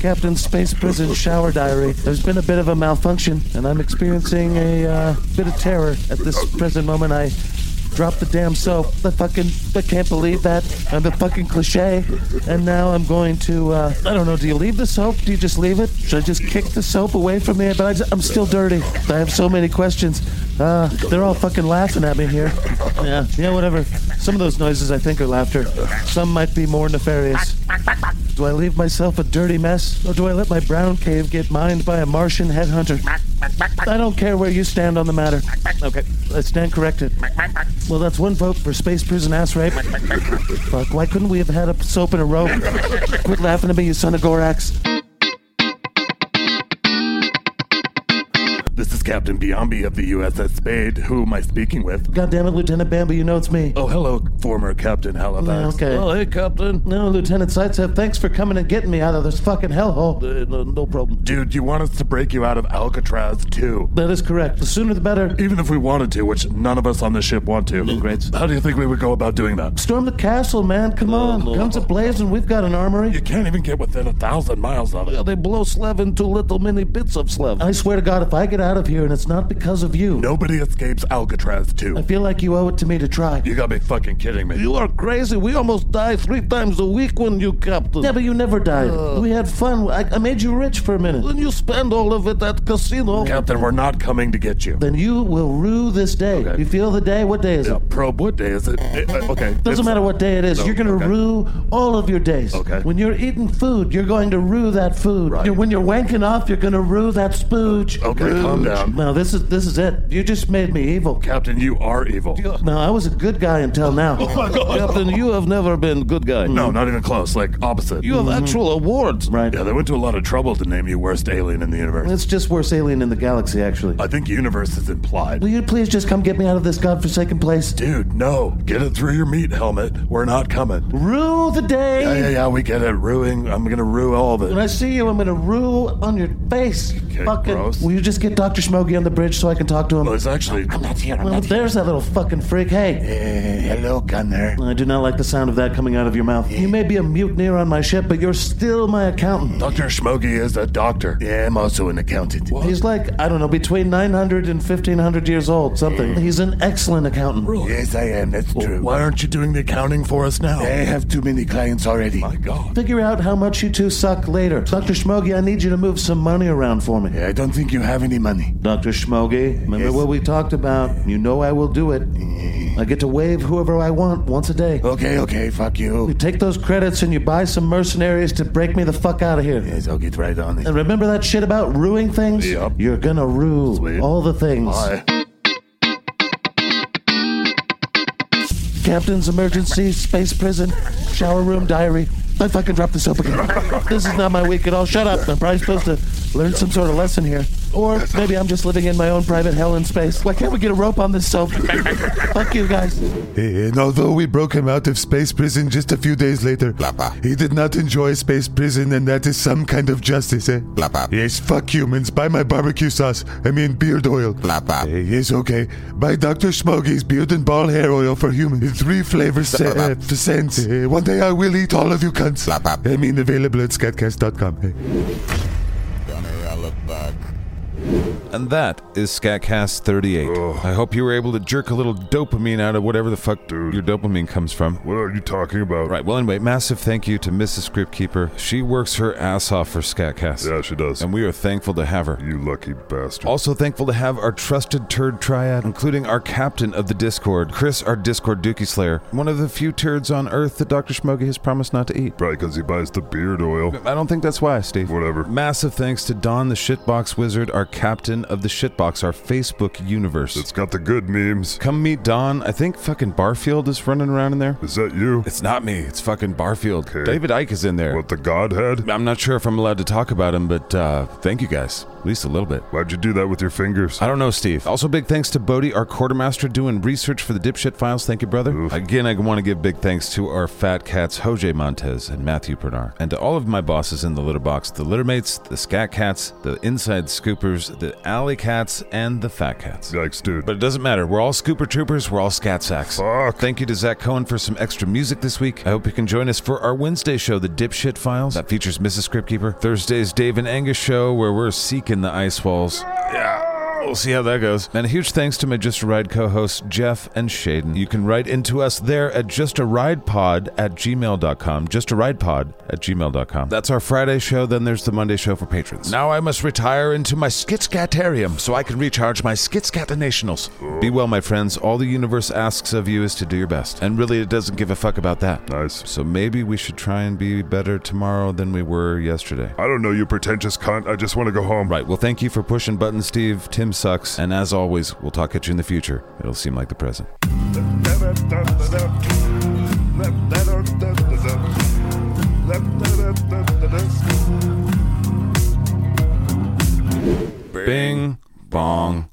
[SPEAKER 4] Captain Space Prison Shower Diary. There's been a bit of a malfunction, and I'm experiencing a uh, bit of terror at this present moment. I dropped the damn soap. I fucking I can't believe that. I'm a fucking cliche. And now I'm going to uh, I don't know. Do you leave the soap? Do you just leave it? Should I just kick the soap away from me? But I just, I'm still dirty. I have so many questions. Uh, they're all fucking laughing at me here. Yeah, yeah, whatever. Some of those noises I think are laughter. Some might be more nefarious. Do I leave myself a dirty mess, or do I let my brown cave get mined by a Martian headhunter? I don't care where you stand on the matter. Okay, I stand corrected. Well, that's one vote for space prison ass rape. Fuck, why couldn't we have had a soap and a rope? Quit laughing at me, you son of Gorax.
[SPEAKER 7] This is Captain Biambi of the USS Spade. Who am I speaking with?
[SPEAKER 4] God damn it, Lieutenant Bambi, you know it's me.
[SPEAKER 7] Oh, hello, former Captain Halifax. Oh,
[SPEAKER 4] Okay.
[SPEAKER 7] Well,
[SPEAKER 4] hey, Captain. No, Lieutenant Sightsev, thanks for coming and getting me out of this fucking hellhole. Uh, no, no problem.
[SPEAKER 7] dude, you want us to break you out of Alcatraz too?
[SPEAKER 4] That is correct. The sooner the better.
[SPEAKER 7] Even if we wanted to, which none of us on the ship want to.
[SPEAKER 4] Great.
[SPEAKER 7] How do you think we would go about doing that?
[SPEAKER 4] Storm the castle, man. Come on. Guns ablazing. We've got an armory.
[SPEAKER 7] You can't even get within a thousand miles of
[SPEAKER 4] Yeah,
[SPEAKER 7] it.
[SPEAKER 4] they blow Slev into little mini bits of Slev. I swear to God, if I get out of here and it's not because of you,
[SPEAKER 7] Nobody escapes Alcatraz too.
[SPEAKER 4] I feel like you owe it to me to try.
[SPEAKER 7] You gotta be fucking kidding me.
[SPEAKER 4] You are crazy. We almost die three times a week when you captain. Yeah, but you never died. we had fun. I, I made you rich for a minute. When you spend all of it at casino,
[SPEAKER 7] Captain, we're not coming to get you.
[SPEAKER 4] then you will rue this day.
[SPEAKER 7] Okay.
[SPEAKER 4] You feel the day? What day is
[SPEAKER 7] Yeah,
[SPEAKER 4] it?
[SPEAKER 7] probe, what day is it? It- uh, okay.
[SPEAKER 4] Doesn't
[SPEAKER 7] it's-
[SPEAKER 4] matter what day it is.
[SPEAKER 7] No,
[SPEAKER 4] you're going to
[SPEAKER 7] okay.
[SPEAKER 4] rue all of your days.
[SPEAKER 7] Okay.
[SPEAKER 4] When you're eating food, you're going to rue that food.
[SPEAKER 7] Right.
[SPEAKER 4] You're- when you're wanking off, you're going to rue that spooge.
[SPEAKER 7] Okay, calm down.
[SPEAKER 4] No, this is this is it. You just made me evil.
[SPEAKER 7] Captain, you are evil.
[SPEAKER 4] No, I was a good guy until now. Oh, Captain, you have never been good guy.
[SPEAKER 7] No, not even close. Like opposite. Mm-hmm.
[SPEAKER 4] have actual awards. Right.
[SPEAKER 7] yeah, they went to a lot of trouble to name you worst alien in the universe.
[SPEAKER 4] It's just worse alien in the galaxy, actually.
[SPEAKER 7] I think universe is implied.
[SPEAKER 4] Will you please just come get me out of this godforsaken place?
[SPEAKER 7] Dude, no. Get it through your meat helmet. We're not coming.
[SPEAKER 4] Rue the day.
[SPEAKER 7] Yeah, yeah, yeah. We get it. Ruining. I'm gonna rue all of
[SPEAKER 4] When
[SPEAKER 7] it.
[SPEAKER 4] I see you, I'm gonna rule on your face.
[SPEAKER 7] Okay,
[SPEAKER 4] Fucking.
[SPEAKER 7] gross.
[SPEAKER 4] Will you just get Dr. Smoggy on the bridge so I can talk to him? Well,
[SPEAKER 7] it's actually.
[SPEAKER 4] I'm not here. well, there's that little fucking freak. Hey. hello, Gunner. I do not like the sound of that coming out of your mouth. You may be a mutineer on my ship, but you're still my accountant.
[SPEAKER 7] Dr. Schmoggy is a doctor. Yeah, I'm also an accountant.
[SPEAKER 4] He's like, I don't know, between 900 and 1500 years old, something. He's an excellent accountant.
[SPEAKER 7] Yes, I am. That's true. Why aren't you doing the accounting for us now? I have too many clients already. My God.
[SPEAKER 4] Figure out how much you two suck later. Dr. Schmoggy, I need you to move some money around for me.
[SPEAKER 7] I don't think you have any money.
[SPEAKER 4] Dr. Schmoggy, remember what we talked about. You know I will do it. I get to waive whoever I want once a day.
[SPEAKER 7] Okay, okay, fuck you.
[SPEAKER 4] You take those credits and you buy some mercenaries to break me the fuck out of here.
[SPEAKER 7] Yes, I'll get right on it.
[SPEAKER 4] And remember that shit about ruining things?
[SPEAKER 7] Yep.
[SPEAKER 4] You're gonna rue all the things. Captain's emergency, space prison, shower room diary. I fucking dropped the soap again. this is not my week at all. Shut up. I'm probably supposed to learn some sort of lesson here. Or maybe I'm just living in my own private hell in space. Why can't we get a rope on this soap? Fuck you guys.
[SPEAKER 5] Eh, And although we broke him out of space prison just a few days later, he did not enjoy space prison, and that is some kind of justice, eh? Yes, fuck humans. Buy my barbecue sauce. I mean, beard oil. Eh, yes, okay. Buy Dr. Smoggy's beard and ball hair oil for humans. in Three flavors, eh, eh, for cents. Eh, one day I will eat all of you cunts. I mean, available at scatcast.com. eh?
[SPEAKER 1] And that is Scatcast 38. I hope you were able to jerk a little dopamine out of whatever the fuck your dopamine comes from.
[SPEAKER 2] What are you talking about?
[SPEAKER 1] Right, well, anyway, massive thank you to Mrs. Script Keeper. She works her ass off for Scatcast.
[SPEAKER 2] Yeah, she does.
[SPEAKER 1] And we are thankful to have her.
[SPEAKER 2] You lucky bastard.
[SPEAKER 1] Also thankful to have our trusted turd triad, including our captain of the Discord, Chris, our Discord Dookie Slayer, one of the few turds on Earth that Dr. Schmoggy has promised not to eat.
[SPEAKER 2] Probably because he buys the beard oil.
[SPEAKER 1] I don't think that's why, Steve.
[SPEAKER 2] Whatever.
[SPEAKER 1] Massive thanks to Don the Shitbox Wizard, our captain of the Shitbox, our Facebook universe.
[SPEAKER 2] It's got the good memes.
[SPEAKER 1] Come meet Don. I think fucking Barfield is running around in there.
[SPEAKER 2] Is that you?
[SPEAKER 1] It's not me. It's fucking Barfield. David Ike is in there.
[SPEAKER 2] What, the Godhead?
[SPEAKER 1] I'm not sure if I'm allowed to talk about him, but uh, thank you guys. At least a little bit.
[SPEAKER 2] Why'd you do that with your fingers?
[SPEAKER 1] I don't know, Steve. Also, big thanks to Bodie, our quartermaster, doing research for the dipshit files. Thank you, brother. Again, I want to give big thanks to our fat cats, Jose Montez and Matthew Pernar, and to all of my bosses in the litter box the litter mates, the scat cats, the inside scoopers, the alley cats, and the fat cats.
[SPEAKER 2] Yikes, dude.
[SPEAKER 1] But it doesn't matter. We're all scooper troopers. We're all scat sacks.
[SPEAKER 2] Fuck.
[SPEAKER 1] Thank you to Zach Cohen for some extra music this week. I hope you can join us for our Wednesday show, The Dipshit Files, that features Mrs. Scriptkeeper. Thursday's Dave and Angus show, where we're seeking the ice walls. Yeah, we'll see how that goes. And a huge thanks to my Just a Ride co hosts, Jeff and Shaden. You can write into us there at justarridepod at gmail.com. Justarridepod at gmail.com. That's our Friday show. Then there's the Monday show for patrons. Now I must retire into my skitscatarium so I can recharge my skitscatinationals. Be well, my friends. All the universe asks of you is to do your best. And really, it doesn't give a fuck about that.
[SPEAKER 2] Nice.
[SPEAKER 1] So maybe we should try and be better tomorrow than we were yesterday.
[SPEAKER 2] I don't know, you pretentious cunt. I just want to go home.
[SPEAKER 1] Right. Well, thank you for pushing buttons, Steve. Tim sucks. And as always, we'll talk at you in the future. It'll seem like the present. Bing, bong.